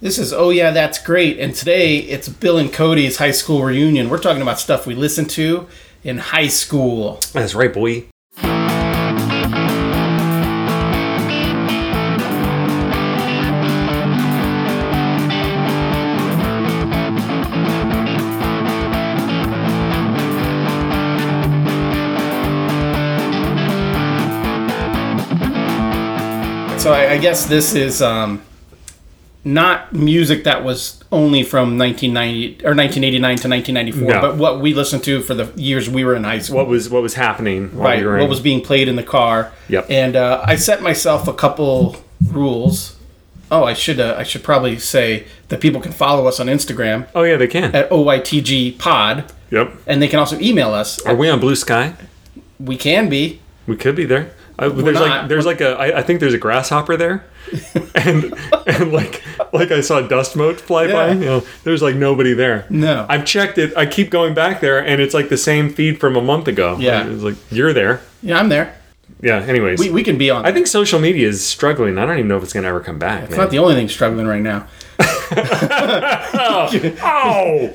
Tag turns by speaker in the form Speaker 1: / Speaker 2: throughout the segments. Speaker 1: This is oh yeah, that's great. And today it's Bill and Cody's high school reunion. We're talking about stuff we listened to in high school.
Speaker 2: That's right, boy.
Speaker 1: So I, I guess this is um, not music that was only from 1990 or 1989 to 1994,
Speaker 2: No.
Speaker 1: but what we listened to for the years we were in high school.
Speaker 2: What was what was happening? While
Speaker 1: right,
Speaker 2: You were
Speaker 1: what
Speaker 2: in-
Speaker 1: was being played in the car.
Speaker 2: Yep.
Speaker 1: And uh, I set myself a couple rules. Oh, I should uh, I should probably say that people can follow us on Instagram
Speaker 2: oh yeah, they can.
Speaker 1: at OYTG Pod,
Speaker 2: yep.
Speaker 1: and they can also email us.
Speaker 2: Are we on Blue Sky?
Speaker 1: We can be.
Speaker 2: We could be there. I, there's
Speaker 1: not.
Speaker 2: like there's like a I, I think there's a grasshopper there, and and like like I saw dust mote fly by.
Speaker 1: Yeah.
Speaker 2: You know, there's like nobody there.
Speaker 1: No.
Speaker 2: I've checked it. I keep going back there, and it's like the same feed from a month ago.
Speaker 1: Yeah.
Speaker 2: it's like you're there.
Speaker 1: Yeah, I'm there.
Speaker 2: Yeah. Anyways,
Speaker 1: We, we can be on.
Speaker 2: I think social media is struggling. I don't even know if it's gonna ever come back.
Speaker 1: it's not the only thing struggling right now.
Speaker 2: oh,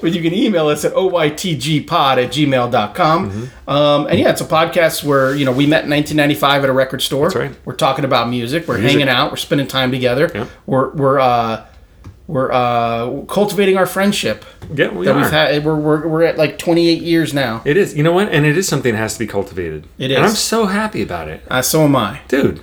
Speaker 1: But you can email us at oytgpod at gmail.com.
Speaker 2: Mm-hmm.
Speaker 1: Um, and yeah, it's a podcast where, you know, we met in 1995 at a record store. That's
Speaker 2: right.
Speaker 1: We're talking about music. We're hanging out. We're spending time together.
Speaker 2: Yeah.
Speaker 1: We're, we're, uh, we're uh, cultivating our friendship
Speaker 2: yeah, we
Speaker 1: that
Speaker 2: are.
Speaker 1: we've had. We're, we're, we're at like 28 years now.
Speaker 2: it is. You know what? And it is something that has to be cultivated.
Speaker 1: It
Speaker 2: And
Speaker 1: is.
Speaker 2: I'm so happy about it.
Speaker 1: Uh, so am I.
Speaker 2: dude.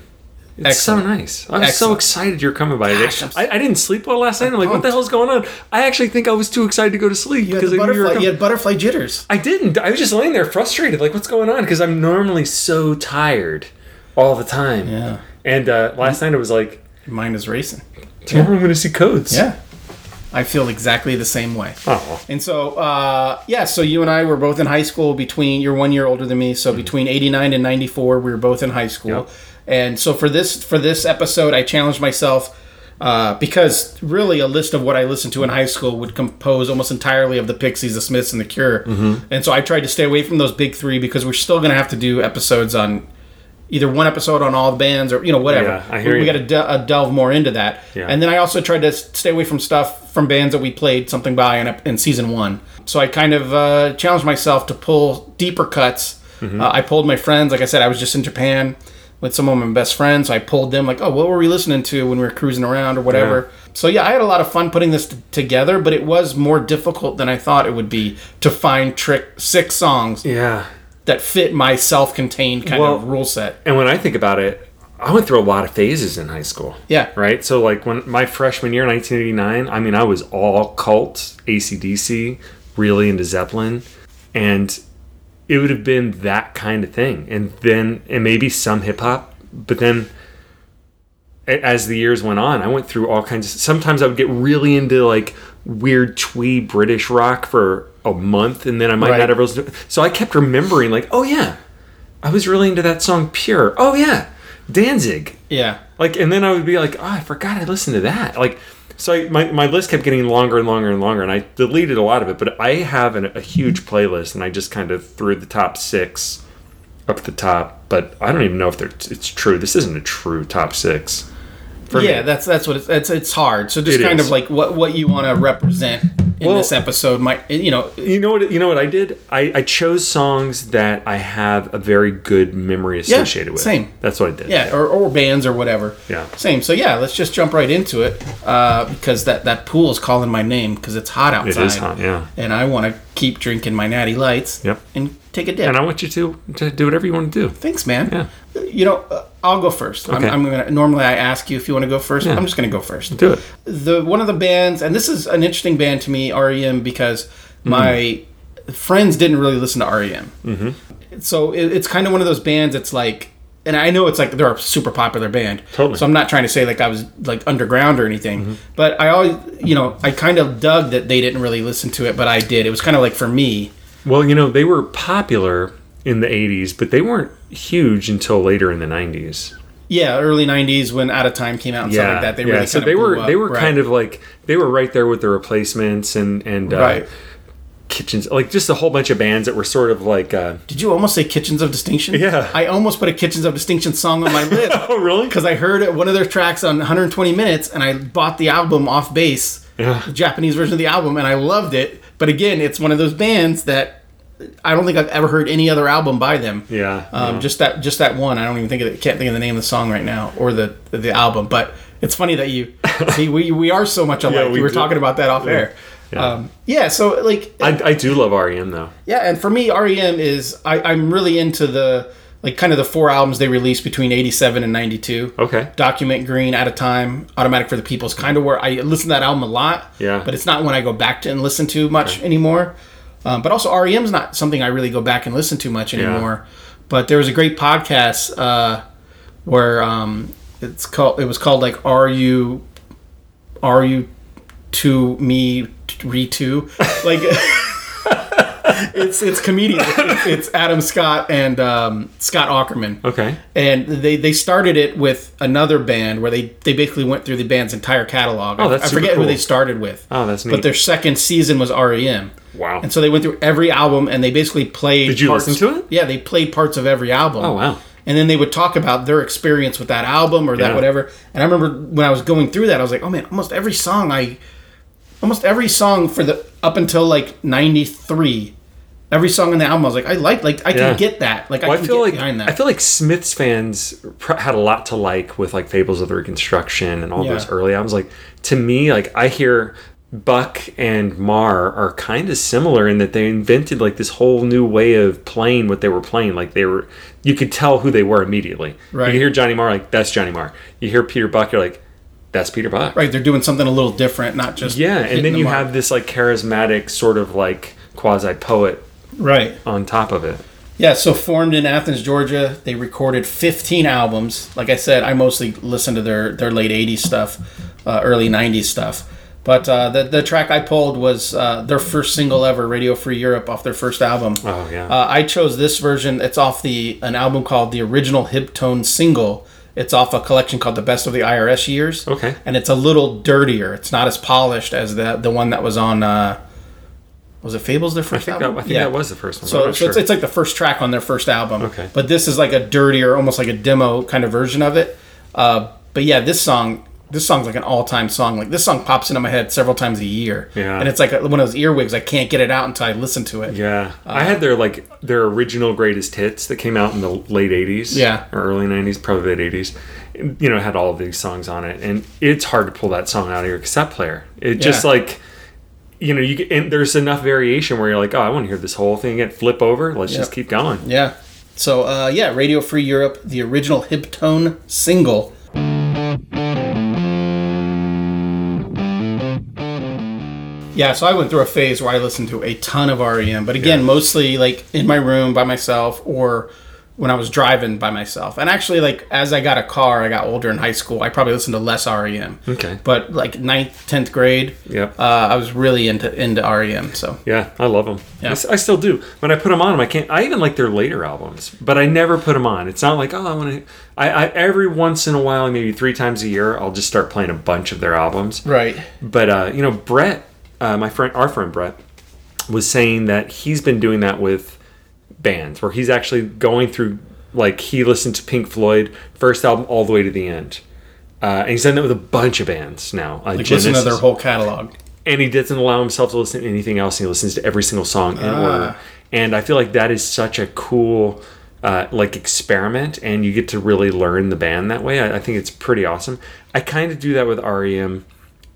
Speaker 2: It's
Speaker 1: Excellent.
Speaker 2: so nice. I was so
Speaker 1: Excellent.
Speaker 2: excited you're coming by today.
Speaker 1: Gosh, I'm so-
Speaker 2: I, I didn't sleep well last night. I'm like, what the hell's going on? I actually think I was too excited to go to sleep
Speaker 1: You had,
Speaker 2: because
Speaker 1: the
Speaker 2: I knew you were
Speaker 1: butterfly,
Speaker 2: coming.
Speaker 1: you had butterfly jitters.
Speaker 2: I didn't. I was just laying there frustrated, like, what's going on? Because I'm normally so tired all the time.
Speaker 1: Yeah.
Speaker 2: And uh, last night I was like,
Speaker 1: Mine is racing.
Speaker 2: tomorrow I'm going to see codes.
Speaker 1: Yeah. I feel exactly the same way.
Speaker 2: Oh,
Speaker 1: And so, uh, yeah, so you and I were both in high school between, you're one year older than me, so between 89 and 94, we were both in high school.
Speaker 2: Mm-hmm. Yep.
Speaker 1: And so for this, for this episode, I challenged myself, uh, because really a list of what I listened to in high school would compose almost entirely of the Pixies, the Smiths, and the Cure.
Speaker 2: Mm-hmm.
Speaker 1: And so I tried to stay away from those big three because we're still going to have to do episodes on either one episode on all the bands or, you know, whatever.
Speaker 2: Yeah, I hear
Speaker 1: we
Speaker 2: you.
Speaker 1: got to de- uh, delve more into that.
Speaker 2: Yeah.
Speaker 1: And then I also tried to s- stay away from stuff from bands that we played something by in, in season one. So I kind of uh, challenged myself to pull deeper cuts.
Speaker 2: Mm-hmm.
Speaker 1: Uh, I pulled my friends. Like I said, I was just in Japan with some of my best friends. So I pulled them, like, oh, what were we listening to when we were cruising around or whatever. So yeah, I had a lot of fun putting this t- together, but it was more difficult than I thought it would be to find trick six songs
Speaker 2: yeah.
Speaker 1: that fit my self-contained kind
Speaker 2: Well-
Speaker 1: of rule set.
Speaker 2: And when I think about it, I went through a lot of phases in high school.
Speaker 1: Yeah.
Speaker 2: Right? So, like, when my freshman year, 1989, I mean, I was all cult, ACDC, really into Zeppelin. And it would have been that kind of thing. And then, and maybe some hip hop. But then, a- as the years went on, I went through all kinds of. Sometimes I would get really into like weird twee British rock for a month, and then I might
Speaker 1: Right.
Speaker 2: not ever listen. to- So I kept remembering, like, oh yeah, I was really into that song Pure. Oh yeah, Danzig.
Speaker 1: Yeah.
Speaker 2: Like, and then I would be like, oh, I forgot I listened to that. Like, so I, my my list kept getting longer and longer and longer, and I deleted a lot of it. But I have an, a huge playlist, and I just kind of threw the top six up at the top. But I don't even know if they're, it's true. This isn't a true top six. for me.
Speaker 1: yeah, that's that's what it's it's, it's hard. So just
Speaker 2: It
Speaker 1: kind
Speaker 2: is.
Speaker 1: of like what what you want to represent in
Speaker 2: Well-
Speaker 1: this episode might you know
Speaker 2: you know what you know what I did? I, I chose songs that I have a very good memory associated with.
Speaker 1: same.
Speaker 2: That's what I did.
Speaker 1: yeah or, or bands or whatever.
Speaker 2: Yeah.
Speaker 1: Same. So yeah, let's just jump right into it uh, because that that pool is calling my name because it's hot
Speaker 2: It
Speaker 1: outside.
Speaker 2: is hot, yeah.
Speaker 1: And I want to keep drinking my natty lights.
Speaker 2: Yep.
Speaker 1: And take a dip.
Speaker 2: And I want you to to do whatever you want to do.
Speaker 1: Thanks, man. You know, uh, I'll go first.
Speaker 2: Okay.
Speaker 1: I'm, I'm gonna. Normally, I ask you if you want to go first. I'm just gonna go first.
Speaker 2: Do it.
Speaker 1: the one of the bands, and this is an interesting band to me, REM, because my friends didn't really listen to REM. Mm-hmm. So it, it's kind of one of those bands. It's like, and I know it's like they're a super popular band.
Speaker 2: Totally. Mm-hmm.
Speaker 1: So I'm not trying to say like I was like underground or anything, but I always, you know, I kind of dug that they didn't really listen to it, but I did. It was kind of like for me.
Speaker 2: Well, you know, they were popular in the 80s, but they weren't huge until later in the 90s.
Speaker 1: Yeah, early '90s when Out of Time came out and stuff like that. They really
Speaker 2: so
Speaker 1: kinda
Speaker 2: they
Speaker 1: blew
Speaker 2: were
Speaker 1: up,
Speaker 2: they were
Speaker 1: right.
Speaker 2: kind of like they were right there with the replacements and and uh,
Speaker 1: Right.
Speaker 2: kitchens, like just a whole bunch of bands that were sort of like, uh,
Speaker 1: Did you almost say Kitchens of Distinction?
Speaker 2: Yeah.
Speaker 1: I almost put a Kitchens of Distinction song on my list
Speaker 2: oh really?
Speaker 1: because I heard one of their tracks on 120 Minutes and I bought the album off base,
Speaker 2: Yeah.
Speaker 1: the Japanese version of the album, and I loved it. But again, it's one of those bands that I don't think I've ever heard any other album by them.
Speaker 2: Yeah,
Speaker 1: Um, Just that, just that one. I don't even think of it. Can't think of the name of the song right now or the the album. But it's funny that you see we we are so much alike.
Speaker 2: Yeah, we
Speaker 1: we, were
Speaker 2: do.
Speaker 1: talking about that off air.
Speaker 2: Yeah.
Speaker 1: Um, yeah. So like,
Speaker 2: I, I do love REM though.
Speaker 1: yeah, and for me, REM is I, I'm really into the like kind of the four albums they released between '87 and '92.
Speaker 2: Okay.
Speaker 1: Document Green, Out of Time, Automatic for the People is kind of where I listen to that album a lot.
Speaker 2: Yeah.
Speaker 1: But it's not one I go back to and listen to much anymore. Um, but also REM is not something I really go back and listen to much anymore. But there was a great podcast uh, where um, it's called it was called like Are You Are You to Me Re Two like. It's, it's comedians. It's, it's Adam Scott and um, Scott Ackerman
Speaker 2: Okay.
Speaker 1: and they they started it with another band where they they basically went through the band's entire catalog.
Speaker 2: Oh, that's
Speaker 1: I
Speaker 2: super
Speaker 1: forget
Speaker 2: cool.
Speaker 1: who they started with.
Speaker 2: Oh, that's neat.
Speaker 1: But their second season was REM.
Speaker 2: Wow.
Speaker 1: And so they went through every album and they basically played.
Speaker 2: Did you listen to it?
Speaker 1: Yeah, they played parts of every album.
Speaker 2: Oh, wow.
Speaker 1: And then they would talk about their experience with that album or that
Speaker 2: Yeah.
Speaker 1: whatever. And I remember when I was going through that, I was like, oh man, almost every song I, almost every song for the up until like '93. Every song in the album, I was like, I like, like I
Speaker 2: Yeah.
Speaker 1: can get that, like I
Speaker 2: Well,
Speaker 1: can
Speaker 2: I feel
Speaker 1: get
Speaker 2: like
Speaker 1: behind that.
Speaker 2: I feel like Smiths fans pr- had a lot to like with like Fables of the Reconstruction and all
Speaker 1: Yeah.
Speaker 2: those early albums. Like to me, like I hear Buck and Marr are kind of similar in that they invented like this whole new way of playing what they were playing. Like they were, you could tell who they were immediately.
Speaker 1: Right.
Speaker 2: You hear Johnny Marr, like that's Johnny Marr. You hear Peter Buck, you're like, that's Peter Buck.
Speaker 1: Right, they're doing something a little different, not just
Speaker 2: Yeah,
Speaker 1: hitting
Speaker 2: and then
Speaker 1: the
Speaker 2: you
Speaker 1: mark.
Speaker 2: have this like charismatic sort of like quasi poet
Speaker 1: right.
Speaker 2: on top of it.
Speaker 1: Yeah, so formed in Athens, Georgia, they recorded 15 albums. Like I said, I mostly listen to their their late 80s stuff, uh, early 90s stuff. But uh, the the track I pulled was uh, their first single ever, Radio Free Europe, off their first album.
Speaker 2: Oh yeah.
Speaker 1: Uh, I chose this version. It's off the an album called the original Hip Tone single. It's off a collection called the Best of the IRS Years.
Speaker 2: Okay.
Speaker 1: And it's a little dirtier. It's not as polished as the the one that was on. Uh, was it Fables? Their first
Speaker 2: I think, that,
Speaker 1: album.
Speaker 2: I think that was the first one. but I'm
Speaker 1: So,
Speaker 2: not
Speaker 1: so it's,
Speaker 2: sure.
Speaker 1: it's like the first track on their first album.
Speaker 2: Okay.
Speaker 1: But this is like a dirtier, almost like a demo kind of version of it. Uh, but yeah, this song, this song's like an all-time song. Like this song pops into my head several times a year.
Speaker 2: Yeah.
Speaker 1: And it's like one of those earwigs. I can't get it out until I listen to it.
Speaker 2: Yeah, I had their like their original greatest hits that came out in the late '80s,
Speaker 1: Yeah.
Speaker 2: or early '90s, probably late '80s. You know, had all of these songs on it, and it's hard to pull that song out of your cassette player. It just
Speaker 1: Yeah.
Speaker 2: like, you know, you get, and there's enough variation where you're like, oh, I want to hear this whole thing again. Flip over, let's just keep going.
Speaker 1: Yeah. So uh, yeah, Radio Free Europe, the original Hip Tone single. Yeah, so I went through a phase where I listened to a ton of REM, but again, mostly like in my room by myself or when I was driving by myself. And actually, like as I got a car, I got older in high school. I probably listened to less REM.
Speaker 2: Okay.
Speaker 1: But like ninth, tenth grade,
Speaker 2: Yep.
Speaker 1: uh, I was really into into REM. So
Speaker 2: Yeah, I love them. I, s- I still do. When I put them on, I can't. I even like their later albums, but I never put them on. It's not like oh, I want to. I, I every once in a while, maybe three times a year, I'll just start playing a bunch of their albums.
Speaker 1: right,
Speaker 2: But uh, you know, Brett, uh, my friend, our friend Brett, was saying that he's been doing that with bands, where he's actually going through like he listened to Pink Floyd first album all the way to the end, uh, and he's done that with a bunch of bands now. Uh,
Speaker 1: listen to
Speaker 2: Genesis
Speaker 1: their whole catalog.
Speaker 2: and he doesn't allow himself to listen to anything else. He listens to every single song in
Speaker 1: Ah.
Speaker 2: order, and I feel like that is such a cool uh, like experiment, and you get to really learn the band that way. I, I think it's pretty awesome. I kind of do that with REM,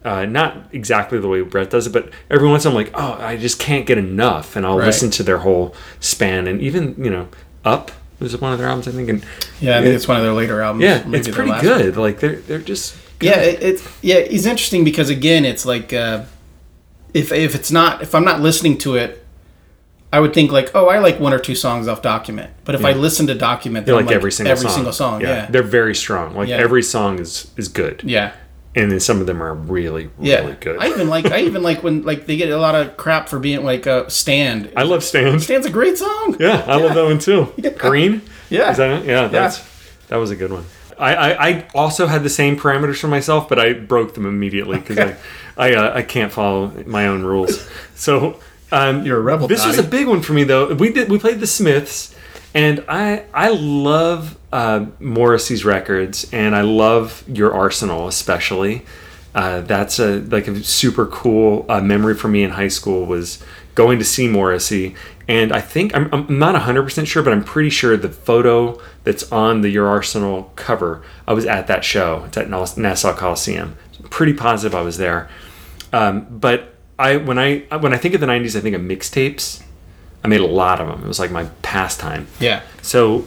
Speaker 2: uh, not exactly the way Brett does it, but every once in a while I'm like, oh, I just can't get enough, and I'll
Speaker 1: Right.
Speaker 2: listen to their whole span, and even you know, Up was one of their albums, I think, and
Speaker 1: Yeah, I think it's one of their later albums.
Speaker 2: yeah,
Speaker 1: maybe
Speaker 2: it's
Speaker 1: their
Speaker 2: pretty
Speaker 1: last one.
Speaker 2: good. Like they're they're just
Speaker 1: Yeah, it, it's yeah, it's interesting because again, it's like uh, if if it's not if I'm not listening to it, I would think like, oh, I like one or two songs off Document, but if I listen to Document, then
Speaker 2: like,
Speaker 1: I'm
Speaker 2: every single
Speaker 1: every
Speaker 2: song.
Speaker 1: single song, yeah, yeah,
Speaker 2: they're very strong. Like
Speaker 1: Yeah.
Speaker 2: every song is is good.
Speaker 1: yeah.
Speaker 2: and then some of them are really really good.
Speaker 1: I
Speaker 2: I,
Speaker 1: even like I even like when like they get a lot of crap for being like uh, Stand.
Speaker 2: love Stand.
Speaker 1: Stand's a great song.
Speaker 2: Yeah, I love that one too. Green.
Speaker 1: Yeah.
Speaker 2: Is that it? Yeah, that's that was a good one. I, I, I also had the same parameters for myself, but I broke them immediately because I I, uh, I can't follow my own rules. So Um,
Speaker 1: You're a rebel,
Speaker 2: This was a
Speaker 1: Dottie.
Speaker 2: big one for me though. We did we played the Smiths, and I I love uh, Morrissey's records, and I love your Arsenal especially. Uh, that's a like a super cool uh, memory for me in high school was going to see Morrissey, and I think I'm, I'm not 100 percent sure, but I'm pretty sure the photo that's on the Your Arsenal cover, I was at that show. It's at Nas- Nassau Coliseum. Pretty positive I was there. Um, but I when I when I think of the '90s, I think of mixtapes. I made a lot of them. It was like my pastime.
Speaker 1: Yeah.
Speaker 2: So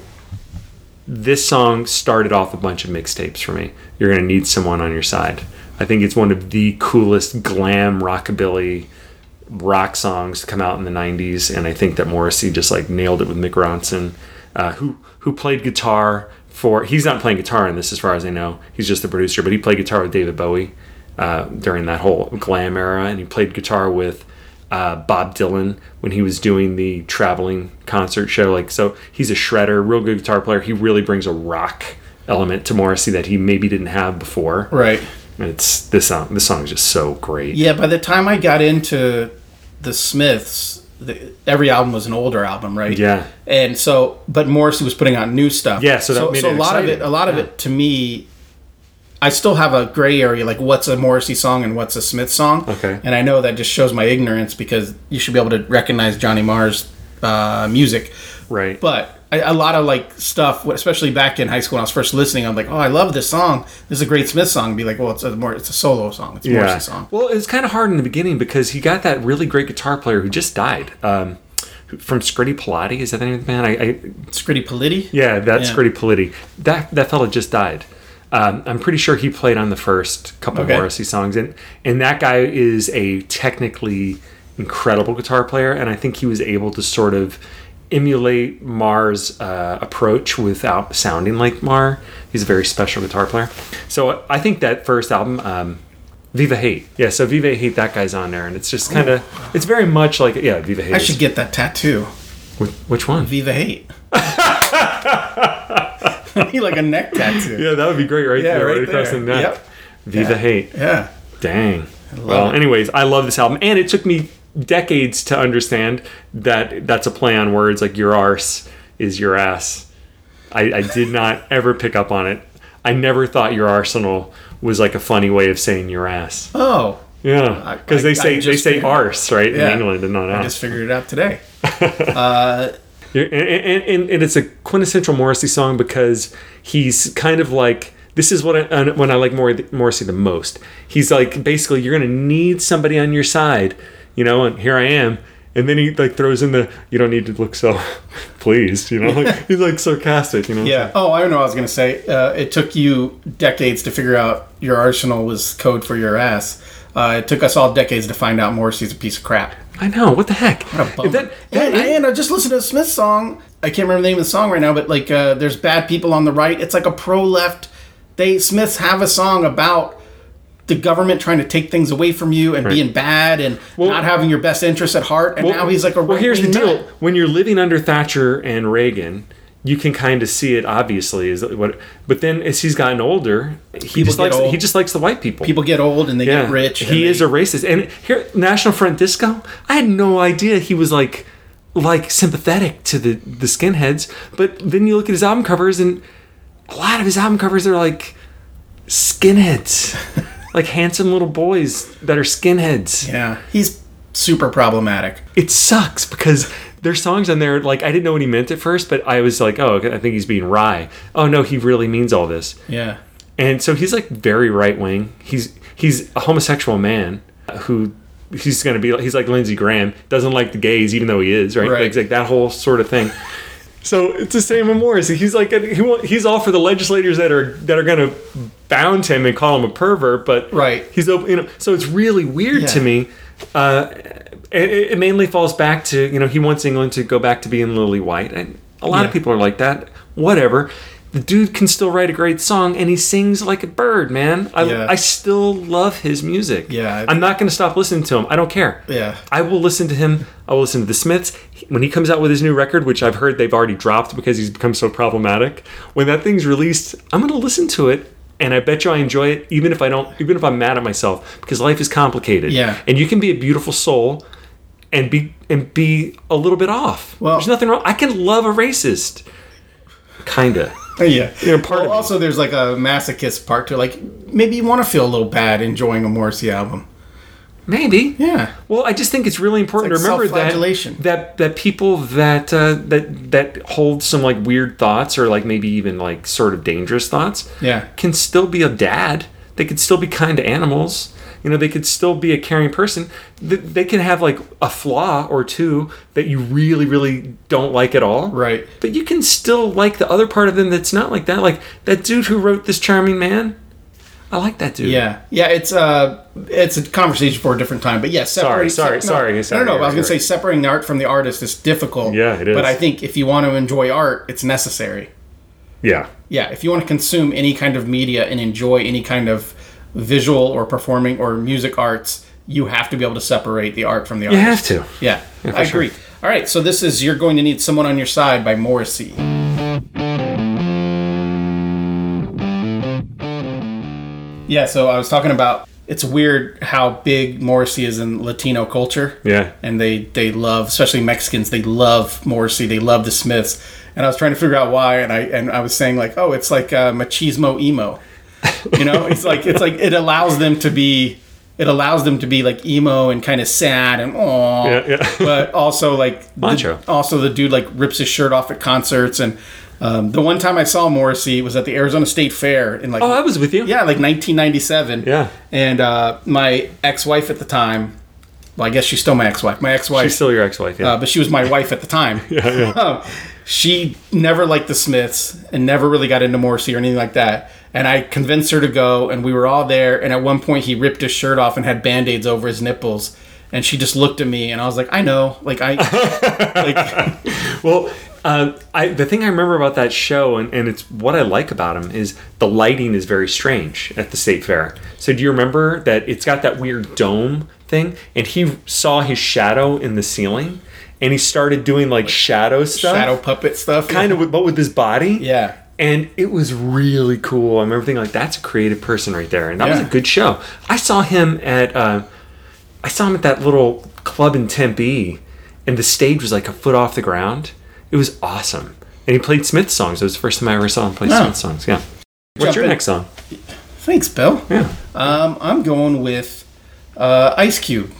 Speaker 2: this song started off a bunch of mixtapes for me. You're gonna need someone on your side. I think it's one of the coolest glam rockabilly rock songs to come out in the '90s, and I think that Morrissey just like nailed it with Mick Ronson, uh, who who played guitar for. He's not playing guitar in this, as far as I know. He's just the producer, but he played guitar with David Bowie uh, during that whole glam era, and he played guitar with uh, Bob Dylan when he was doing the traveling concert show. Like, so he's a shredder, real good guitar player. He really brings a rock element to Morrissey that he maybe didn't have before.
Speaker 1: Right.
Speaker 2: And it's this song. This song is just so great.
Speaker 1: Yeah, by the time I got into the Smiths, the, every album was an older album, right?
Speaker 2: Yeah.
Speaker 1: And so, but Morrissey was putting out new stuff.
Speaker 2: Yeah, so that made
Speaker 1: so
Speaker 2: it
Speaker 1: a lot of
Speaker 2: exciting.
Speaker 1: it, a lot of
Speaker 2: Yeah.
Speaker 1: it to me, I still have a gray area, like what's a Morrissey song and what's a Smith song.
Speaker 2: Okay.
Speaker 1: And I know that just shows my ignorance because you should be able to recognize Johnny Marr's uh, music,
Speaker 2: Right.
Speaker 1: but I, a lot of like stuff, especially back in high school when I was first listening, I'm like, oh, I love this song. This is a great Smith song. be like, well, it's a more, it's a solo song. It's a Morrissey song.
Speaker 2: Well, it was kind of hard in the beginning because he got that really great guitar player who just died um, who- from Scritti Pilati. Is that the name of the man? I, I
Speaker 1: Scritti Politti.
Speaker 2: yeah, that's
Speaker 1: Yeah.
Speaker 2: Scritti Pilati. That that fella just died. Um, I'm pretty sure he played on the first couple
Speaker 1: Okay.
Speaker 2: Morrissey songs, and and that guy is a technically incredible guitar player, and I think he was able to sort of emulate Mar's uh, approach without sounding like Mar. He's a very special guitar player, so I think that first album. Um, Viva Hate, yeah. So Viva Hate, that guy's on there, and it's just kind of, it's very much like, yeah, Viva Hate.
Speaker 1: I
Speaker 2: is-
Speaker 1: should get that tattoo.
Speaker 2: Wh- which one?
Speaker 1: Viva hate. I need like a neck tattoo.
Speaker 2: Yeah, that would be great right
Speaker 1: Yeah,
Speaker 2: there, right,
Speaker 1: right
Speaker 2: across
Speaker 1: there.
Speaker 2: the neck.
Speaker 1: Yep.
Speaker 2: Viva Hate.
Speaker 1: Yeah.
Speaker 2: Dang. Well,
Speaker 1: it.
Speaker 2: anyways, I love this album, and it took me decades to understand that that's a play on words like your arse is your ass. I, I did not ever pick up on it. I never thought your arsenal was like a funny way of saying your ass.
Speaker 1: Oh,
Speaker 2: Yeah, because
Speaker 1: I- I
Speaker 2: they say they
Speaker 1: just
Speaker 2: say
Speaker 1: figured-
Speaker 2: arse right
Speaker 1: Yeah.
Speaker 2: in England and not
Speaker 1: I
Speaker 2: ass.
Speaker 1: just figured it out today.
Speaker 2: Yeah, and, and, and, and it's a quintessential Morrissey song because he's kind of like this is what I, and when I like Mor- Morrissey the most. He's like basically you're gonna need somebody on your side, you know, and here I am. And then he like throws in the you don't need to look so pleased, you know, like he's like sarcastic, you know.
Speaker 1: Yeah. Oh, I know what I was going to say. Uh, it took you decades to figure out your arsenal was code for your ass. Uh, it took us all decades to find out Morrissey's a piece of crap.
Speaker 2: I know what the heck.
Speaker 1: Bummer.
Speaker 2: That- that-
Speaker 1: and, and I just listened to a Smith song. I can't remember the name of the song right now, but like, uh, there's bad people on the right. It's like a pro left. They Smiths have a song about the government trying to take things away from you and being bad and not having your best interests at heart. And now he's like a
Speaker 2: well. Here's the
Speaker 1: right-wing
Speaker 2: deal:
Speaker 1: nut.
Speaker 2: when you're living under Thatcher and Reagan, you can kind of see it. Obviously, is what. But then as he's gotten older, he just
Speaker 1: get
Speaker 2: likes
Speaker 1: old.
Speaker 2: he just likes the white people.
Speaker 1: People get old and they get rich. and
Speaker 2: He
Speaker 1: they-
Speaker 2: is a racist. And here, National Front Disco, I had no idea he was like like sympathetic to the the skinheads. But then you look at his album covers, and a lot of his album covers are like skinheads, like handsome little boys that are skinheads.
Speaker 1: yeah. He's super problematic.
Speaker 2: It sucks because. There's songs on there like I didn't know what he meant at first, but I was like, "Oh, okay, I think he's being wry." Oh no, he really means all this.
Speaker 1: Yeah.
Speaker 2: And so he's like very right wing. He's he's a homosexual man who he's gonna be he's like Lindsey Graham doesn't like the gays even though he is right,
Speaker 1: Right.
Speaker 2: Like, like that whole sort of thing. so it's the same with Morrissey. He's like he wa- he's all for the legislators that are that are gonna bound him and call him a pervert, but
Speaker 1: Right.
Speaker 2: he's open. You know, so it's really weird to
Speaker 1: Yeah.
Speaker 2: me. Uh, it, it mainly falls back to you know he wants England to go back to being lily white, and a lot of
Speaker 1: Yeah.
Speaker 2: people are like that. Whatever. The dude can still write a great song, and he sings like a bird, man. I,
Speaker 1: Yeah.
Speaker 2: I still love his music.
Speaker 1: Yeah.
Speaker 2: I'm not going to stop listening to him. I don't care.
Speaker 1: Yeah.
Speaker 2: I will listen to him. I will listen to the Smiths He- when he comes out with his new record, which I've heard they've already dropped because he's become so problematic. When that thing's released, I'm going to listen to it, and I bet you I enjoy it, even if I don't, even if I'm mad at myself, because life is complicated.
Speaker 1: Yeah.
Speaker 2: and you can be a beautiful soul and be and be a little bit off.
Speaker 1: Well-
Speaker 2: There's nothing wrong. I can love a racist, kinda.
Speaker 1: yeah.
Speaker 2: You're
Speaker 1: Well,
Speaker 2: part of me.
Speaker 1: also, there's like a masochist part to it. like maybe you want to feel a little bad enjoying a Morrissey album.
Speaker 2: Maybe.
Speaker 1: Yeah.
Speaker 2: Well, I just think it's really important
Speaker 1: It's
Speaker 2: to
Speaker 1: like
Speaker 2: remember that
Speaker 1: self-flagellation.
Speaker 2: that that people that uh, that that hold some like weird thoughts or like maybe even like sort of dangerous thoughts,
Speaker 1: Yeah.
Speaker 2: can still be a dad. They could still be kind to animals. You know, they could still be a caring person. Th- They can have like a flaw or two that you really, really don't like at all.
Speaker 1: Right.
Speaker 2: But you can still like the other part of them that's not like that. Like that dude who wrote this charming man. I like that dude.
Speaker 1: Yeah, yeah, it's uh it's a conversation for a different time. But yeah,
Speaker 2: Sorry,
Speaker 1: separating,
Speaker 2: sorry,
Speaker 1: se-
Speaker 2: sorry,
Speaker 1: no,
Speaker 2: sorry,
Speaker 1: No, no,
Speaker 2: you're
Speaker 1: no I was
Speaker 2: right,
Speaker 1: gonna say separating the art from the artist is difficult.
Speaker 2: Yeah, it is.
Speaker 1: But I think if you want to enjoy art, it's necessary.
Speaker 2: Yeah.
Speaker 1: Yeah, if you want to consume any kind of media and enjoy any kind of visual or performing or music arts, you have to be able to separate the art from the
Speaker 2: You
Speaker 1: artist.
Speaker 2: have to.
Speaker 1: Yeah, I
Speaker 2: sure.
Speaker 1: agree. All right, so this is You're Going to Need Someone on Your Side by Morrissey. Yeah, so I was talking about it's weird how big Morrissey is in Latino culture.
Speaker 2: Yeah.
Speaker 1: And they, they love, especially Mexicans, they love Morrissey, they love the Smiths. And I was trying to figure out why, and I and I was saying like, oh, it's like uh, machismo emo, you know? It's like it's like it allows them to be, it allows them to be like emo and kind of sad and oh,
Speaker 2: Yeah, yeah.
Speaker 1: but also like the-
Speaker 2: Macho.
Speaker 1: also the dude like rips his shirt off at concerts and um, the one time I saw Morrissey was at the Arizona State Fair in like
Speaker 2: Oh, I was with you.
Speaker 1: yeah like 1997
Speaker 2: Yeah.
Speaker 1: and uh, my ex-wife at the time well I guess she's still my ex-wife my ex-wife
Speaker 2: She's still your ex-wife. Yeah.
Speaker 1: uh, but she was my wife at the time Um, she never liked the Smiths and never really got into Morrissey or anything like that. And I convinced her to go, and we were all there. And at one point, he ripped his shirt off and had band aids over his nipples. And she just looked at me, and I was like, I know. Like, I. like,
Speaker 2: Well, uh, I, the thing I remember about that show, and, and it's what I like about him, is the lighting is very strange at the state fair. So do you remember that it's got that weird dome thing, and he saw his shadow in the ceiling, and he started doing like shadow stuff,
Speaker 1: shadow puppet stuff.
Speaker 2: kind of, with, but with his body.
Speaker 1: Yeah.
Speaker 2: And it was really cool. I remember thinking, like, that's a creative person right there, and that was
Speaker 1: Yeah.
Speaker 2: a good show. I saw him at, uh, I saw him at that little club in Tempe, and the stage was like a foot off the ground. It was awesome, and he played Smith songs. It was the first time I ever saw him play
Speaker 1: Oh.
Speaker 2: Smith songs. Yeah. What's
Speaker 1: Jump
Speaker 2: your
Speaker 1: in.
Speaker 2: next song?
Speaker 1: Thanks, Bill.
Speaker 2: Yeah.
Speaker 1: Um, I'm going with uh, Ice Cube.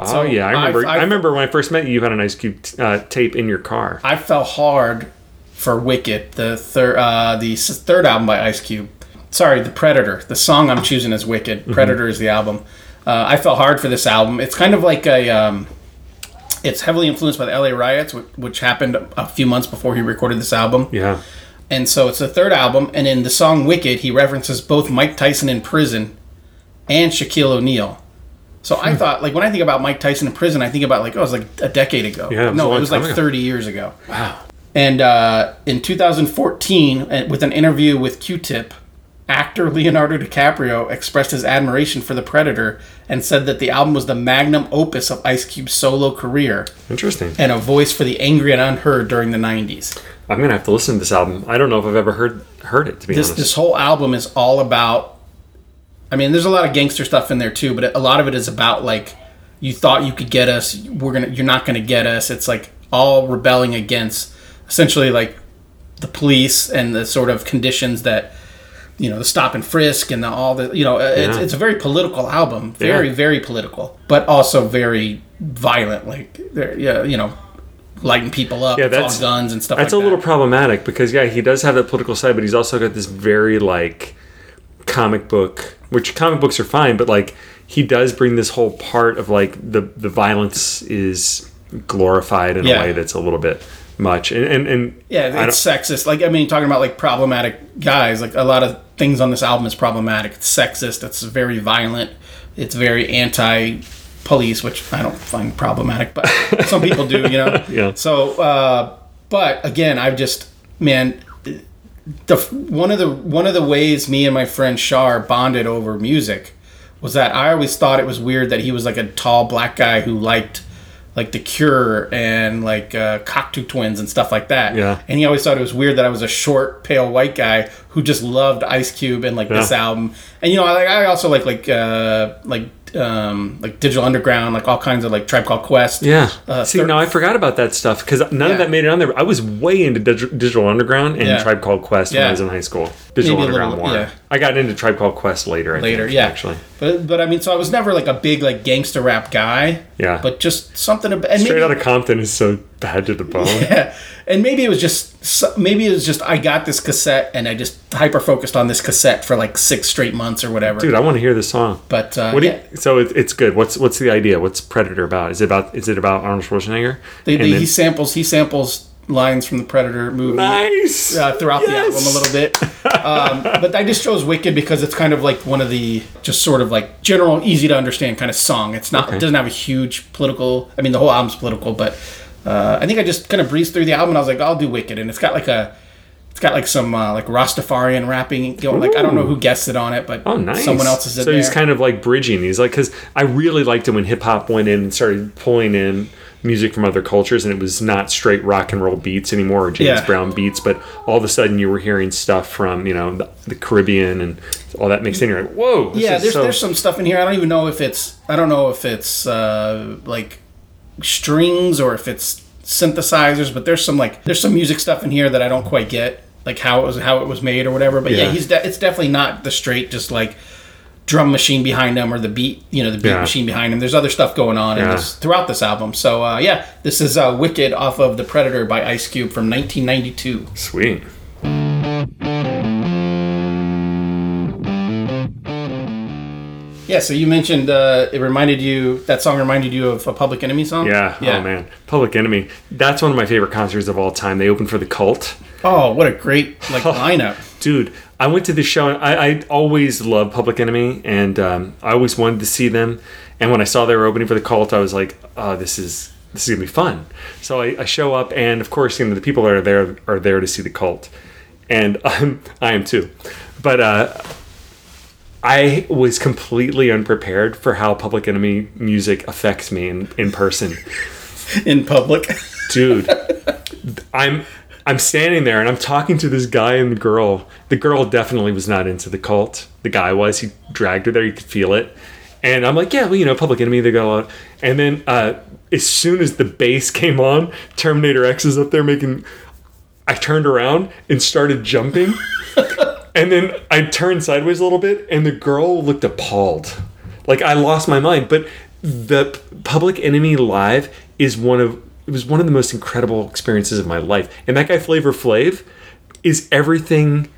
Speaker 2: oh yeah, I
Speaker 1: I've-
Speaker 2: remember. i
Speaker 1: I've-
Speaker 2: remember when I first met you, you had an Ice Cube t- uh, tape in your car.
Speaker 1: I fell hard for Wicked, the third uh, the s- third album by Ice Cube. Sorry, the Predator. The song I'm choosing is Wicked. Predator is the album. Uh, I fell hard for this album. It's kind of like a. Um, it's heavily influenced by the LA riots, which, which happened a few months before he recorded this album.
Speaker 2: Yeah.
Speaker 1: And so it's the third album. And in the song Wicked, he references both Mike Tyson in prison and Shaquille O'Neal. So
Speaker 2: Hmm.
Speaker 1: I thought, like, when I think about Mike Tyson in prison, I think about, like, oh, it was like a decade ago.
Speaker 2: Yeah, it was a
Speaker 1: no,
Speaker 2: long
Speaker 1: it was
Speaker 2: time
Speaker 1: like
Speaker 2: ago.
Speaker 1: 30 years ago. Wow. And uh, in 2014, uh, with an interview with Q Tip, actor Leonardo DiCaprio expressed his admiration for The Predator and said that the album was the magnum opus of Ice Cube's solo career
Speaker 2: Interesting.
Speaker 1: and a voice for the angry and unheard during the 90s.
Speaker 2: I'm gonna have to listen to this album. I don't know if I've ever heard heard it to be
Speaker 1: this
Speaker 2: honest.
Speaker 1: this whole album is all about I mean there's a lot of gangster stuff in there too but a lot of it is about like you thought you could get us we're going to you're not going to get us it's like all rebelling against essentially like the police and the sort of conditions that you know the stop and frisk and the, all the you know uh, it's,
Speaker 2: Yeah.
Speaker 1: it's a very political album very
Speaker 2: Yeah.
Speaker 1: very political but also very violent like there yeah you know lighting people up
Speaker 2: Yeah,
Speaker 1: it's all
Speaker 2: that's-
Speaker 1: guns and stuff
Speaker 2: That's
Speaker 1: like
Speaker 2: a
Speaker 1: that.
Speaker 2: little problematic because yeah, he does have that political side, but he's also got this very like comic book, which comic books are fine, but like he does bring this whole part of like the the violence is glorified in
Speaker 1: Yeah.
Speaker 2: a way that's a little bit much, and and, and I
Speaker 1: Yeah,
Speaker 2: don't-
Speaker 1: it's sexist. Like I mean, talking about like problematic guys. Like a lot of things on this album is problematic. It's sexist. It's very violent. It's very anti police, which I don't find problematic, but some people do. You know.
Speaker 2: Yeah.
Speaker 1: So, uh, but again, I've just man, the one of the one of the ways me and my friend Shar bonded over music was that I always thought it was weird that he was like a tall black guy who liked like The Cure and like uh, Cocteau Twins and stuff like that.
Speaker 2: Yeah.
Speaker 1: And he always thought it was weird that I was a short, pale white guy who just loved Ice Cube and like this
Speaker 2: Yeah.
Speaker 1: album. And you know, I like I also like like uh, like um, like Digital Underground, like all kinds of like Tribe Called Quest.
Speaker 2: Yeah.
Speaker 1: Uh,
Speaker 2: See,
Speaker 1: thir-
Speaker 2: now I forgot about that stuff because none
Speaker 1: Yeah.
Speaker 2: of that made it on there. I was way into dig- Digital Underground and
Speaker 1: Yeah.
Speaker 2: Tribe Called Quest when
Speaker 1: Yeah.
Speaker 2: I was in high school. Digital
Speaker 1: Maybe a
Speaker 2: Underground
Speaker 1: little-
Speaker 2: One.
Speaker 1: yeah.
Speaker 2: I got into Tribe Called Quest later. I
Speaker 1: Later,
Speaker 2: think,
Speaker 1: yeah,
Speaker 2: Actually,
Speaker 1: But but I mean, so I was never like a big like gangster rap guy.
Speaker 2: Yeah.
Speaker 1: But just something about and
Speaker 2: Straight
Speaker 1: maybe,
Speaker 2: Out of Compton is so bad to the bone.
Speaker 1: and maybe it was just so- maybe it was just I got this cassette and I just hyper focused on this cassette for like six straight months or whatever.
Speaker 2: Dude, I want to hear this song.
Speaker 1: but uh,
Speaker 2: What do you,
Speaker 1: yeah,
Speaker 2: so it, it's good. What's what's the idea? What's Predator about? Is it about is it about Arnold Schwarzenegger?
Speaker 1: they,
Speaker 2: And
Speaker 1: they,
Speaker 2: then-
Speaker 1: he samples he samples lines from the Predator movie.
Speaker 2: nice
Speaker 1: uh, throughout the
Speaker 2: Yes!
Speaker 1: album a little bit. Um, but I just chose Wicked because it's kind of like one of the just sort of like general, easy to understand kind of song. It's not, it doesn't have a huge political, I mean, the whole album's political, but uh, I think I just kind of breezed through the album and I was like, I'll do Wicked. And it's got like a, it's got like some uh, like Rastafarian rapping going. Like I don't know who guessed it on it, but
Speaker 2: Oh, nice.
Speaker 1: someone else is in
Speaker 2: so
Speaker 1: there.
Speaker 2: he's kind of like bridging. He's like, because I really liked it when hip hop went in and started pulling in music from other cultures, and it was not straight rock and roll beats anymore or James
Speaker 1: Yeah.
Speaker 2: Brown beats, but all of a sudden you were hearing stuff from you know the, the Caribbean and all that mixed in. You're like, whoa, this
Speaker 1: yeah,
Speaker 2: is
Speaker 1: there's
Speaker 2: so-
Speaker 1: there's some stuff in here. I don't even know if it's I don't know if it's uh, like strings or if it's synthesizers, but there's some like there's some music stuff in here that I don't quite get, like how it was how it was made or whatever. But yeah,
Speaker 2: Yeah.
Speaker 1: he's de- it's definitely not the straight just like drum machine behind him or the beat you know the beat
Speaker 2: Yeah.
Speaker 1: machine behind him. There's other stuff going on in
Speaker 2: Yeah.
Speaker 1: this, throughout this album. So uh, yeah, this is uh, Wicked off of The Predator by Ice Cube from 1992.
Speaker 2: sweet.
Speaker 1: Yeah, so you mentioned uh, it reminded you that song reminded you of a Public Enemy song.
Speaker 2: Yeah. Oh man, Public Enemy. That's one of my favorite concerts of all time. They opened for the Cult.
Speaker 1: Oh, what a great like lineup!
Speaker 2: dude i went to the show and i, I always loved public enemy and um, i always wanted to see them and when i saw they were opening for the cult i was like oh this is this is gonna be fun so i, I show up and of course you know the people that are there are there to see the cult and i'm i am too but uh I was completely unprepared for how Public Enemy music affects me in, in person
Speaker 1: In public,
Speaker 2: dude i'm i'm standing there and i'm talking to this guy and the girl the girl definitely was not into the cult the guy was he dragged her there you could feel it and i'm like yeah well you know public enemy they got a lot and then uh as soon as the bass came on terminator x is up there making i turned around and started jumping and then I turned sideways a little bit, and the girl looked appalled. Like I lost my mind. But the P- Public Enemy live is one of it was one of the most incredible experiences of my life. And that guy Flavor Flav is everything.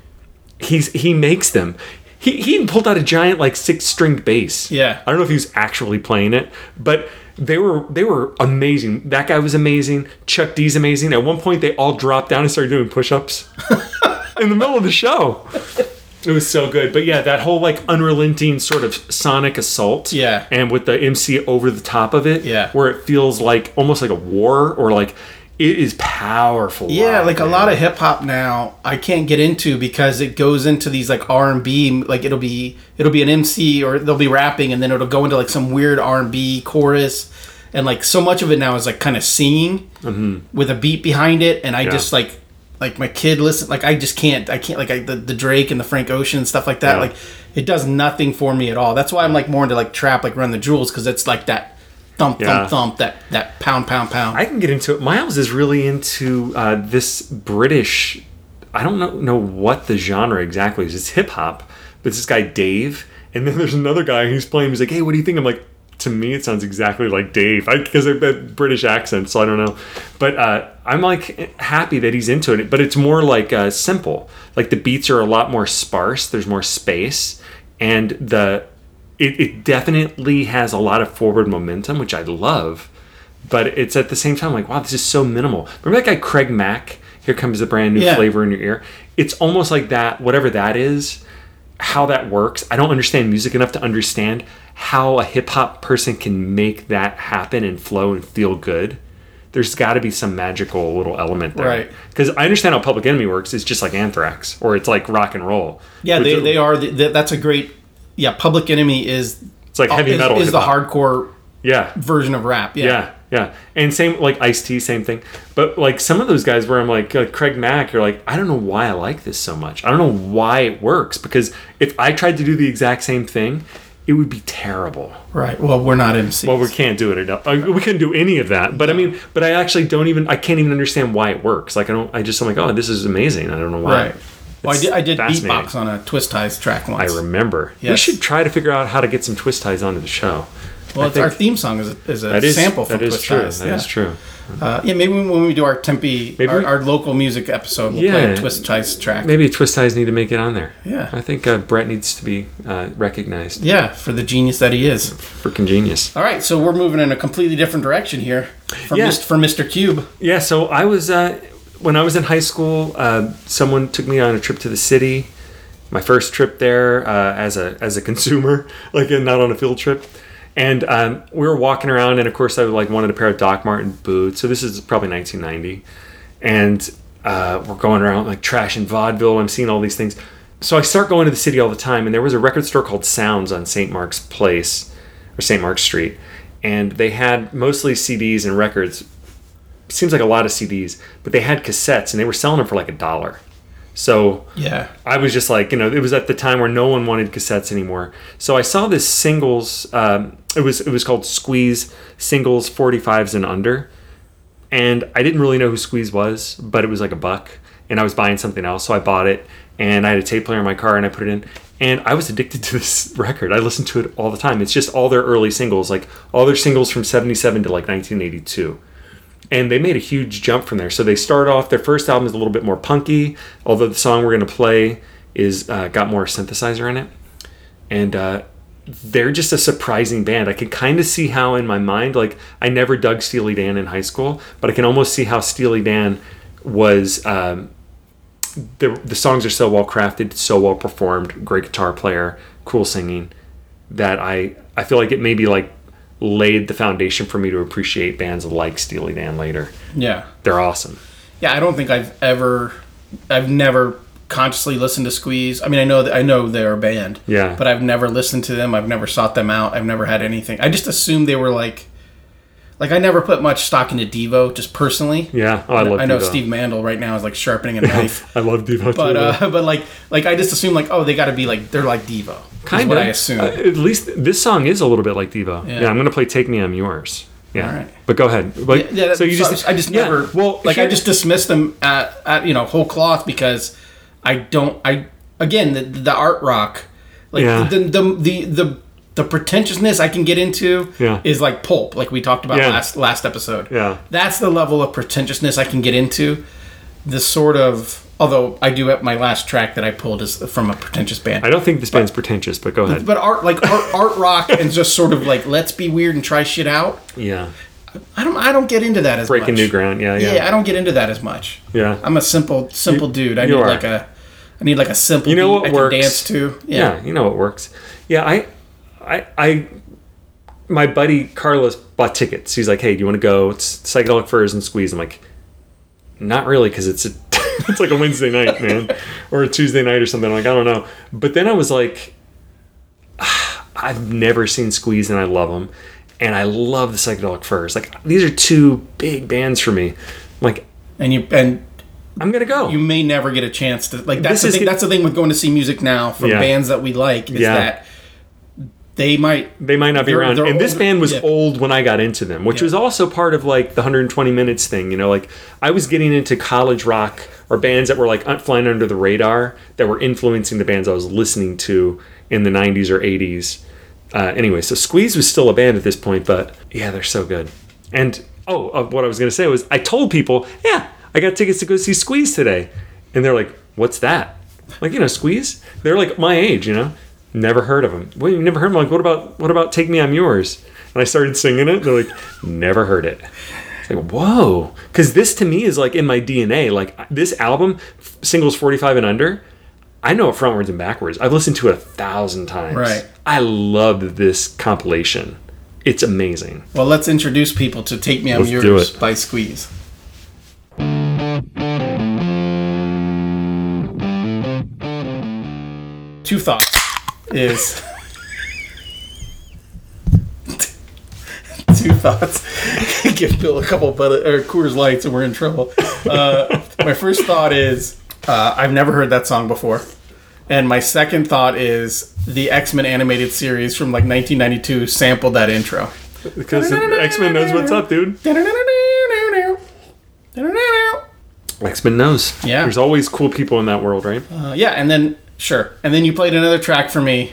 Speaker 2: He's he makes them. He he even pulled out a giant like six string bass.
Speaker 1: Yeah.
Speaker 2: I don't know if he was actually playing it, but they were they were amazing. That guy was amazing. Chuck D's amazing. At one point, they all dropped down and started doing push-ups in the middle of the show. It was so good. But yeah, that whole like unrelenting sort of sonic assault.
Speaker 1: Yeah.
Speaker 2: And with the MC over the top of it.
Speaker 1: Yeah.
Speaker 2: Where it feels like almost like a war or like it is powerful.
Speaker 1: yeah,
Speaker 2: live,
Speaker 1: like a
Speaker 2: man.
Speaker 1: lot of hip hop now, I can't get into because it goes into these like R and B, like it'll be it'll be an MC or they'll be rapping and then it'll go into like some weird R and B chorus, and like so much of it now is like kind of singing
Speaker 2: Mm-hmm.
Speaker 1: with a beat behind it, and I just like like my kid listen like I just can't I can't like I, the the Drake and the Frank Ocean and stuff like that
Speaker 2: Yeah.
Speaker 1: like it does nothing for me at all. That's why I'm like more into like trap like Run the Jewels because it's like that thump
Speaker 2: Yeah.
Speaker 1: thump thump that that pound pound pound.
Speaker 2: I can get into it. Miles is really into uh, this British. I don't know know what the genre exactly is. It's hip hop, but it's this guy Dave, and then there's another guy who's playing. He's like, "Hey, what do you think?" I'm like, "To me, it sounds exactly like Dave," because they're that British accent, so I don't know. But uh, I'm like happy that he's into it. But it's more like uh, simple. Like the beats are a lot more sparse. There's more space, and the it, it definitely has a lot of forward momentum, which I love but it's at the same time like wow this is so minimal remember that guy craig mack here comes the brand new
Speaker 1: Yeah.
Speaker 2: flavor in your ear it's almost like that whatever that is how that works i don't understand music enough to understand how a hip-hop person can make that happen and flow and feel good there's got to be some magical little element there
Speaker 1: Right.
Speaker 2: because i understand how public enemy works it's just like anthrax or it's like rock and roll
Speaker 1: Yeah,
Speaker 2: But
Speaker 1: they,
Speaker 2: it-
Speaker 1: they are. The, that- that's a great. Yeah, Public Enemy is. It's
Speaker 2: like heavy
Speaker 1: is,
Speaker 2: metal
Speaker 1: Is the
Speaker 2: hip-hop.
Speaker 1: hardcore
Speaker 2: yeah
Speaker 1: version of rap. Yeah.
Speaker 2: Yeah, yeah. And same like Ice T, same thing. But like some of those guys where I'm like, like Craig Mack, you're like, I don't know why I like this so much. I don't know why it works because if I tried to do the exact same thing, it would be terrible.
Speaker 1: Right. Well, we're not MCs.
Speaker 2: Well, we can't do it. At, uh, we couldn't do any of that. But I mean, but I actually don't even. I can't even understand why it works. Like I don't. I just I'm like, oh, this is amazing. I don't know why.
Speaker 1: right. Well, I
Speaker 2: It's
Speaker 1: did, I did
Speaker 2: fascinating.
Speaker 1: beatbox on a Twist Ties track
Speaker 2: I
Speaker 1: once.
Speaker 2: remember. We
Speaker 1: Yes.
Speaker 2: should try to figure out how to get some twist ties onto the show.
Speaker 1: well,
Speaker 2: I
Speaker 1: it's, our
Speaker 2: think
Speaker 1: theme song is a, is a
Speaker 2: that is-
Speaker 1: sample from
Speaker 2: that is
Speaker 1: Twist
Speaker 2: true. That
Speaker 1: Ties.
Speaker 2: is
Speaker 1: yeah.
Speaker 2: true.
Speaker 1: Uh, yeah, maybe when we do our Tempe,
Speaker 2: Maybe
Speaker 1: our,
Speaker 2: we-
Speaker 1: our local music episode, we'll play
Speaker 2: Yeah.
Speaker 1: a Twist Ties track.
Speaker 2: Maybe twist ties need to make it on there.
Speaker 1: Yeah.
Speaker 2: I think uh, Brett needs to be uh, recognized
Speaker 1: Yeah, for the genius that he is.
Speaker 2: for congenius.
Speaker 1: All right, so we're moving in a completely different direction here from,
Speaker 2: Yeah.
Speaker 1: Mr., from Mr. Cube.
Speaker 2: Yeah. So I was uh, when I was in high school. Uh, someone took me on a trip to the city. My first trip there uh, as a as a consumer, like and not on a field trip. And um, we were walking around, and of course, I like wanted a pair of Doc Martin boots. So this is probably 1990, and uh, we're going around like trash and vaudeville. I'm seeing all these things. So I start going to the city all the time, and there was a record store called Sounds on St. Mark's Place or St. Mark's Street, and they had mostly CDs and records seems like a lot of CDs, but they had cassettes and they were selling them for like a dollar. So
Speaker 1: Yeah.
Speaker 2: I was just like, you know, it was at the time where no one wanted cassettes anymore. So I saw this singles. Um, it was it was called Squeeze Singles 45s and Under, and I didn't really know who Squeeze was, but it was like a buck, and I was buying something else, so I bought it, and I had a tape player in my car, and I put it in, and I was addicted to this record. I listened to it all the time. It's just all their early singles, like all their singles from '77 to like 1982 and they made a huge jump from there. So they start off their first album is a little bit more punky, although the song we're going to play is uh, got more synthesizer in it, and uh, they're just a surprising band. I can kind of see how in my mind, like I never dug Steely Dan in high school, but I can almost see how Steely Dan was. Um, the, the songs are so well crafted, so well performed, great guitar player, cool singing, that I I feel like it maybe like laid the foundation for me to appreciate bands like Steely Dan later.
Speaker 1: Yeah.
Speaker 2: They're awesome.
Speaker 1: Yeah, I don't think I've ever, I've never consciously listened to Squeeze. I mean, I know that I know they're a band.
Speaker 2: Yeah.
Speaker 1: But I've never listened to them. I've never sought them out. I've never had anything. I just assumed they were like, like I never put much stock into Devo, just personally.
Speaker 2: Yeah, oh, I love.
Speaker 1: I know
Speaker 2: Devo.
Speaker 1: Steve Mandel right now is like sharpening a knife.
Speaker 2: I love Devo.
Speaker 1: But
Speaker 2: too.
Speaker 1: uh, but like like I just assume like oh they got to be like they're like Devo. is
Speaker 2: Kinda.
Speaker 1: what I assume.
Speaker 2: Uh, at least this song is a little bit like Devo. Yeah, I'm gonna play "Take Me, I'm Yours." Yeah,
Speaker 1: All right.
Speaker 2: but go ahead. Like,
Speaker 1: yeah, that-
Speaker 2: so you just
Speaker 1: I just
Speaker 2: yeah,
Speaker 1: never
Speaker 2: well
Speaker 1: like I
Speaker 2: here-
Speaker 1: just dismissed them at, at you know whole cloth because I don't I again the, the art rock like
Speaker 2: Yeah.
Speaker 1: the, the the the the pretentiousness I can get into
Speaker 2: Yeah.
Speaker 1: is like pulp like we talked about
Speaker 2: Yeah.
Speaker 1: last last episode
Speaker 2: Yeah.
Speaker 1: that's the level of pretentiousness I can get into the sort of although I do at my last track that I pulled is from a pretentious band
Speaker 2: I don't think this band's pretentious, but go ahead.
Speaker 1: but art like art, art rock and just sort of like let's be weird and try shit out
Speaker 2: yeah,
Speaker 1: I don't I don't get into that as
Speaker 2: breaking
Speaker 1: much.
Speaker 2: new ground. Yeah, yeah,
Speaker 1: Yeah. I don't get into that as much.
Speaker 2: Yeah.
Speaker 1: I'm a simple simple dude. I need
Speaker 2: you are.
Speaker 1: like a I need like a simple
Speaker 2: You
Speaker 1: beat
Speaker 2: know what
Speaker 1: I can
Speaker 2: works?
Speaker 1: dance to. Yeah.
Speaker 2: yeah, you know it works. Yeah, I, I, I, my buddy Carlos bought tickets. He's like, "Hey, do you want to go? It's psychedelic furs and squeeze." I'm like, "Not really, because it's a, it's like a Wednesday night, man, or a Tuesday night or something." I'm like, "I don't know." But then I was like, "Ah, "I've never seen Squeeze, and I love them, and I love the psychedelic furs. Like these are two big bands for me. I'm like,
Speaker 1: And you and
Speaker 2: I'm gonna go."
Speaker 1: you may never get a chance to like that's
Speaker 2: This
Speaker 1: the
Speaker 2: is
Speaker 1: thing
Speaker 2: the-
Speaker 1: that's the thing with going to see music now from
Speaker 2: Yeah.
Speaker 1: bands that we like is
Speaker 2: Yeah.
Speaker 1: that they might
Speaker 2: they might not be
Speaker 1: They're-
Speaker 2: around.
Speaker 1: they're
Speaker 2: and this
Speaker 1: older-
Speaker 2: band was
Speaker 1: yeah.
Speaker 2: old when I got into them, which was also part of like the 120 minutes thing. You know, like I was getting into college rock or bands that were like un- flying under the radar that were influencing the bands I was listening to in the 90s or 80s. Uh, anyway, so Squeeze was still a band at this point, but yeah, they're so good. And oh, uh, what I was gonna say was I told people, yeah, I got tickets to go see Squeeze today, and they're like, what's that? Like you know, Squeeze. They're like my age, you know. Never heard of them. Well, you never heard of them. Like, what about what about Take Me, I'm Yours? And I started singing it. and They're like, never heard it. It's like, whoa, because this to me is like in my DNA. Like this album, f- singles 45 and under, I know it frontwards and backwards. I've listened to it a thousand times.
Speaker 1: Right.
Speaker 2: I love this compilation. It's amazing.
Speaker 1: well let's introduce people to Take Me I'm
Speaker 2: Let's do
Speaker 1: Yours
Speaker 2: it.
Speaker 1: by Squeeze. Two thoughts is two thoughts. Give Bill a couple but or Coors Lights and we're in trouble. Uh, my first thought is uh, I've never heard that song before, and my second thought is the X Men animated series from like 1992 sampled that intro.
Speaker 2: Because X Men knows what's up, dude. X Men knows.
Speaker 1: Yeah.
Speaker 2: There's always cool people in that world, right?
Speaker 1: Uh, yeah, and then sure, and then you played another track for me.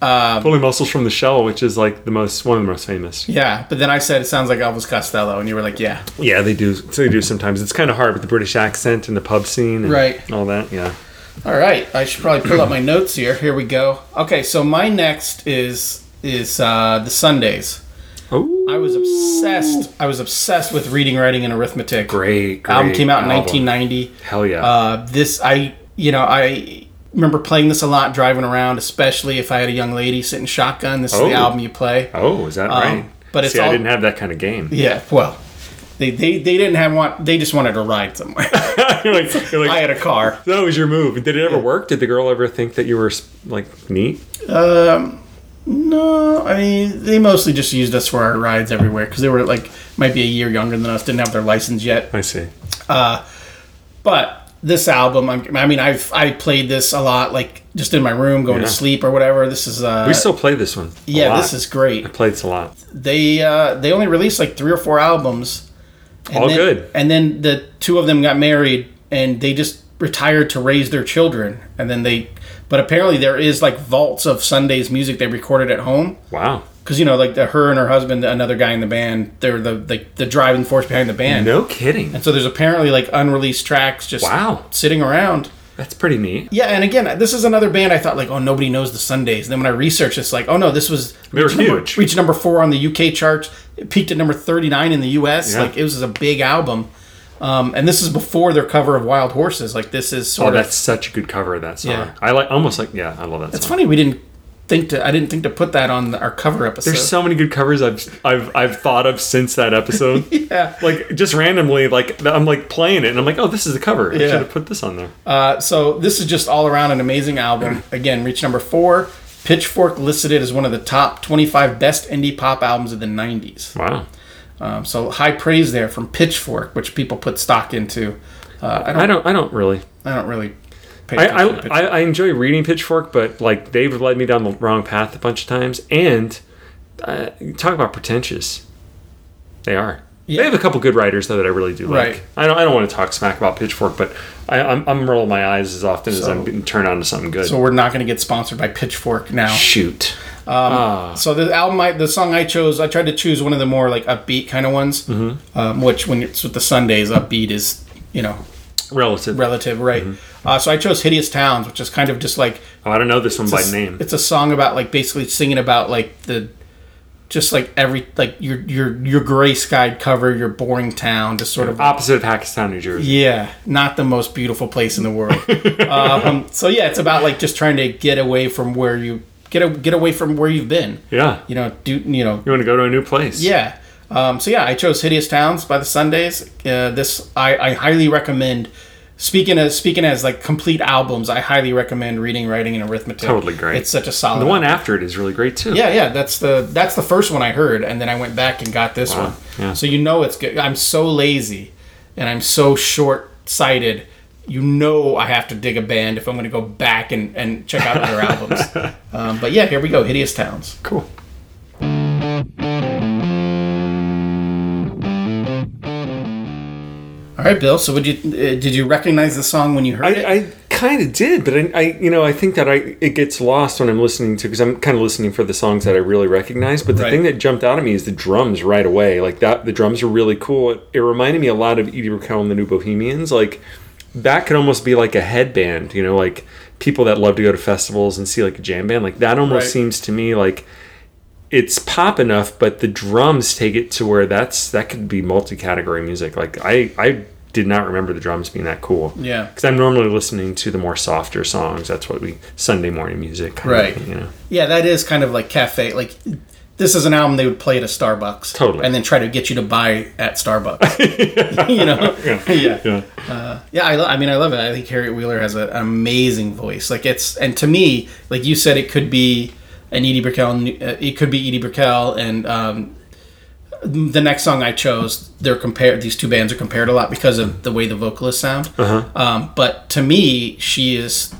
Speaker 2: Pulling muscles from the shell, which is like the most one of the most famous.
Speaker 1: Yeah, but then I said it sounds like Elvis Costello, and you were like, yeah.
Speaker 2: Yeah, they do. They do sometimes. It's kind of hard with the British accent and the pub scene, and
Speaker 1: Right.
Speaker 2: All that. Yeah.
Speaker 1: All right, I should probably pull up my notes here. Here we go. Okay, so my next is is uh, the Sundays.
Speaker 2: Oh,
Speaker 1: I was obsessed. I was obsessed with reading, writing, and arithmetic.
Speaker 2: great. great
Speaker 1: album came out in
Speaker 2: album.
Speaker 1: 1990.
Speaker 2: Hell yeah.
Speaker 1: Uh, this I you know I remember playing this a lot driving around, especially if I had a young lady sitting shotgun. This is
Speaker 2: Oh.
Speaker 1: the album you play.
Speaker 2: oh, is that right?
Speaker 1: Um, but it's
Speaker 2: See, I
Speaker 1: all-
Speaker 2: didn't have that kind of game.
Speaker 1: Yeah, well, they they, they didn't have want. They just wanted to ride somewhere.
Speaker 2: you're like, you're like,
Speaker 1: I had a car.
Speaker 2: that was your move. Did it ever work? Did the girl ever think that you were like neat?
Speaker 1: No, I mean they mostly just used us for our rides everywhere because they were like might be a year younger than us, didn't have their license yet.
Speaker 2: I see.
Speaker 1: But this album, I'm, I mean, I've I played this a lot, like just in my room, going to
Speaker 2: Yeah.
Speaker 1: sleep or whatever. This is uh,
Speaker 2: We still play this one. a
Speaker 1: yeah,
Speaker 2: lot.
Speaker 1: this is great.
Speaker 2: I played this a lot.
Speaker 1: they uh, they only released like three or four albums. And
Speaker 2: All
Speaker 1: then-
Speaker 2: good.
Speaker 1: And then the two of them got married, and they just retired to raise their children. And then they, but apparently there is like vaults of Sunday's music they recorded at home.
Speaker 2: Wow.
Speaker 1: Because you know, like the, her and her husband, another guy in the band, they're the the, the driving force behind the band.
Speaker 2: No kidding.
Speaker 1: And so there's apparently like unreleased tracks just
Speaker 2: Wow.
Speaker 1: sitting around.
Speaker 2: That's pretty neat.
Speaker 1: Yeah, and again, this is another band I thought like, oh, nobody knows the Sundays. And then when I researched, it's like, oh no, this was
Speaker 2: They were
Speaker 1: reached number-
Speaker 2: huge.
Speaker 1: reached number four on the UK charts, it peaked at number thirty nine in the US.
Speaker 2: Yeah.
Speaker 1: Like it was a big album, um, and this is before their cover of Wild Horses. Like this is
Speaker 2: Oh,
Speaker 1: sort of.
Speaker 2: that's such a good cover of that song.
Speaker 1: Yeah.
Speaker 2: I like almost like yeah, I love that
Speaker 1: It's
Speaker 2: song.
Speaker 1: funny we didn't think to. I didn't think to put that on our cover episode.
Speaker 2: There's so many good covers I've I've I've thought of since that episode.
Speaker 1: yeah.
Speaker 2: Like just randomly, like I'm like playing it, and I'm like, oh, this is a cover. I should have put this on there.
Speaker 1: Uh, so this is just all around an amazing album.
Speaker 2: Mm.
Speaker 1: Again, reached number four. Pitchfork listed it as one of the top 25 best indie pop albums of the 90s.
Speaker 2: wow.
Speaker 1: Um, so high praise there from Pitchfork, which people put stock into. Uh, I don't.
Speaker 2: I don't I don't really
Speaker 1: I don't really. Pay
Speaker 2: I,
Speaker 1: attention to
Speaker 2: I, I, I enjoy reading Pitchfork, but like they've led me down the wrong path a bunch of times. And uh, you talk about pretentious, they are.
Speaker 1: Yeah.
Speaker 2: They have a couple good writers though that I really do like.
Speaker 1: Right.
Speaker 2: I don't I don't want to talk smack about Pitchfork, but I, I'm, I'm rolling my eyes as often as I'm being turned on to something good.
Speaker 1: so we're not going to get sponsored by Pitchfork now.
Speaker 2: Shoot.
Speaker 1: Um,
Speaker 2: Ah,
Speaker 1: So the album, I, the song I chose, I tried to choose one of the more like upbeat kind of ones,
Speaker 2: Mm-hmm.
Speaker 1: um, which when it's with the Sundays, upbeat is you know
Speaker 2: Relative.
Speaker 1: relative, right?
Speaker 2: Mm-hmm.
Speaker 1: Uh, so I chose "Hideous Towns," which is kind of just like
Speaker 2: oh, I don't know this one by
Speaker 1: it's-
Speaker 2: name.
Speaker 1: It's a song about like basically singing about like the just like every like your your your gray skied cover, your boring town, just sort of
Speaker 2: Opposite of Hackettstown, New Jersey.
Speaker 1: Yeah, not the most beautiful place in the world. um, so yeah, it's about like just trying to get away from where you get a, get away from where you've been.
Speaker 2: Yeah.
Speaker 1: You know, do you know?
Speaker 2: You want to go to a new place?
Speaker 1: Yeah. Um, so yeah, I chose "Hideous Towns" by the Sundays. Uh, this I, I highly recommend. Speaking as speaking as like complete albums, I highly recommend reading, writing, and arithmetic.
Speaker 2: Totally great.
Speaker 1: It's such a solid
Speaker 2: The one after it is really great too.
Speaker 1: yeah, yeah, that's the that's the first one I heard, and then I went back and got this one.
Speaker 2: yeah.
Speaker 1: So you know it's good. I'm so lazy, and I'm so short sighted. You know I have to dig a band if I'm going to go back and, and check out other albums. Um, but yeah, here we go. Hideous Towns.
Speaker 2: Cool.
Speaker 1: All right, Bill. So would you uh, did you recognize the song when you heard it?
Speaker 2: I, I kind of did, but I, I, you know, I think that I it gets lost when I'm listening to because I'm kind of listening for the songs that I really recognize. But the
Speaker 1: Right.
Speaker 2: thing that jumped out at me is the drums right away. Like that, the drums are really cool. It, it reminded me a lot of Edie Raquel and the New Bohemians. Like that could almost be like a headband. You know, like people that love to go to festivals and see like a jam band. Like that almost
Speaker 1: Right.
Speaker 2: seems to me like. It's pop enough, but the drums take it to where that's that could be multi-category music. Like I, I did not remember the drums being that cool
Speaker 1: yeah.
Speaker 2: because I'm normally listening to the more softer songs. That's what we Sunday morning music, kind
Speaker 1: Right.
Speaker 2: Of, you know,
Speaker 1: Yeah, that is kind of like cafe. Like this is an album they would play at a Starbucks,
Speaker 2: Totally.
Speaker 1: and then try to get you to buy at Starbucks. you know, yeah, yeah.
Speaker 2: Yeah.
Speaker 1: Uh, yeah I, lo- I mean, I love it. I think Harriet Wheeler has a, an amazing voice. Like it's, and to me, like you said, it could be an Edie Brickell. and- uh, It could be Edie Brickell, and um, the next song I chose, they're compared. These two bands are
Speaker 2: Uh-huh.
Speaker 1: compared a lot because of the way the vocalists sound. Um, but to me, she is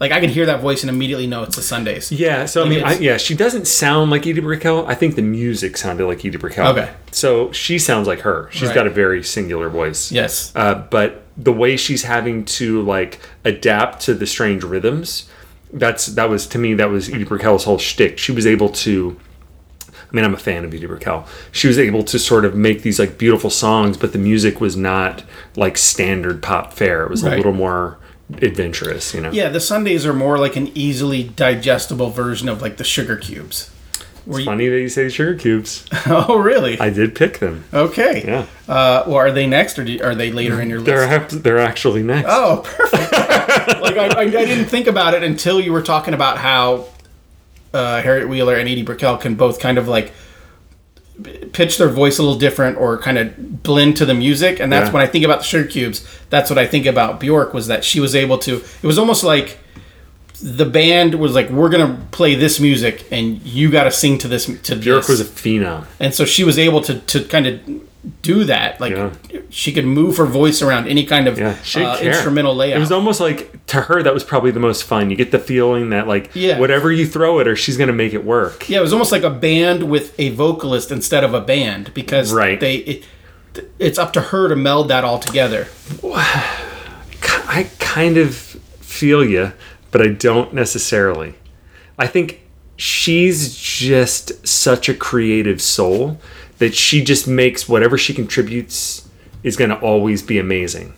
Speaker 1: Like I could hear that voice and immediately know it's the Sundays.
Speaker 2: Yeah, so I mean, I,
Speaker 1: it's-
Speaker 2: yeah, she doesn't sound like Edie Brickell. I think the music sounded like Edie Brickell.
Speaker 1: Okay.
Speaker 2: So she sounds like her. She's
Speaker 1: Right.
Speaker 2: got a very singular voice.
Speaker 1: Yes.
Speaker 2: Uh, but the way she's having to like adapt to the strange rhythms, that's that was to me that was Edie Brickell's whole shtick. She was able to. I mean, I'm a fan of Edie Brickell. She was able to sort of make these like beautiful songs, but the music was not like standard pop fare. It was a
Speaker 1: Right.
Speaker 2: little more adventurous, you know.
Speaker 1: Yeah, the Sundays are more like an easily digestible version of like the sugar cubes.
Speaker 2: It's funny that you say sugar cubes.
Speaker 1: Oh, really?
Speaker 2: I did pick them.
Speaker 1: Okay.
Speaker 2: Yeah.
Speaker 1: Uh, well, are they next, or do, are they later in your
Speaker 2: They're
Speaker 1: list?
Speaker 2: act- they're actually next.
Speaker 1: Oh, perfect. like I, I, I didn't think about it until you were talking about how uh, Harriet Wheeler and Edie Brickell can both kind of like p- pitch their voice a little different or kind of blend to the music, and that's
Speaker 2: Yeah.
Speaker 1: when I think about the Sugar Cubes. That's what I think about Bjork was that she was able to. It was almost like the band was like, "We're gonna play this music, and you got to sing to this." To
Speaker 2: Bjork
Speaker 1: this."
Speaker 2: was a phenom.
Speaker 1: and so she was able to to kind of do that like
Speaker 2: Yeah.
Speaker 1: she could move her voice around any kind of
Speaker 2: Yeah, she didn't
Speaker 1: uh,
Speaker 2: care.
Speaker 1: instrumental layout
Speaker 2: It was almost like to her that was probably the most fun. You get the feeling that like
Speaker 1: Yeah.
Speaker 2: whatever you throw at her, she's gonna make it work.
Speaker 1: yeah it was almost like a band with a vocalist instead of a band because
Speaker 2: Right.
Speaker 1: they it, it's up to her to meld that all together
Speaker 2: K- I kind of feel you, but I don't necessarily. I think she's just such a creative soul that she just makes whatever she contributes is going to always be amazing.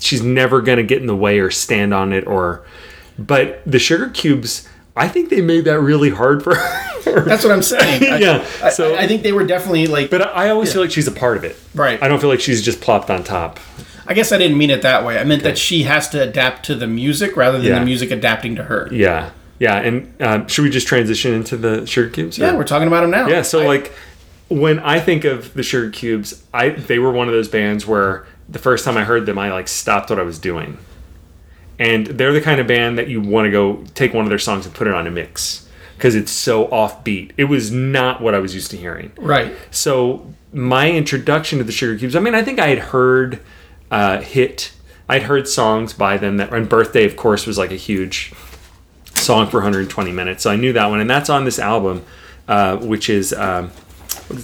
Speaker 2: She's never going to get in the way or stand on it or but the sugar cubes I think they made that really hard for her.
Speaker 1: that's what i'm saying I-
Speaker 2: yeah.
Speaker 1: I,
Speaker 2: so
Speaker 1: I, I think they were definitely like
Speaker 2: but I always feel like she's a part of it.
Speaker 1: Right.
Speaker 2: I don't feel like she's just plopped on top.
Speaker 1: i guess i didn't mean it that way i meant that she has to adapt to the music rather than
Speaker 2: Yeah.
Speaker 1: the music adapting to her yeah,
Speaker 2: Yeah, yeah. And um, should we just transition into the sugar cubes? or-
Speaker 1: we're talking about them now
Speaker 2: yeah. So
Speaker 1: I-
Speaker 2: like, when I think of the sugar cubes, I they were one of those bands where the first time I heard them, I like stopped what I was doing. And they're the kind of band that you want to go take one of their songs and put it on a mix because it's so offbeat. It was not what I was used to hearing.
Speaker 1: right
Speaker 2: So my introduction to the Sugar Cubes. I mean, I think I had heard uh, "Hit." I'd heard songs by them that, and "Birthday," of course, was like a huge song for 120 minutes. So I knew that one, and that's on this album, uh, which is um,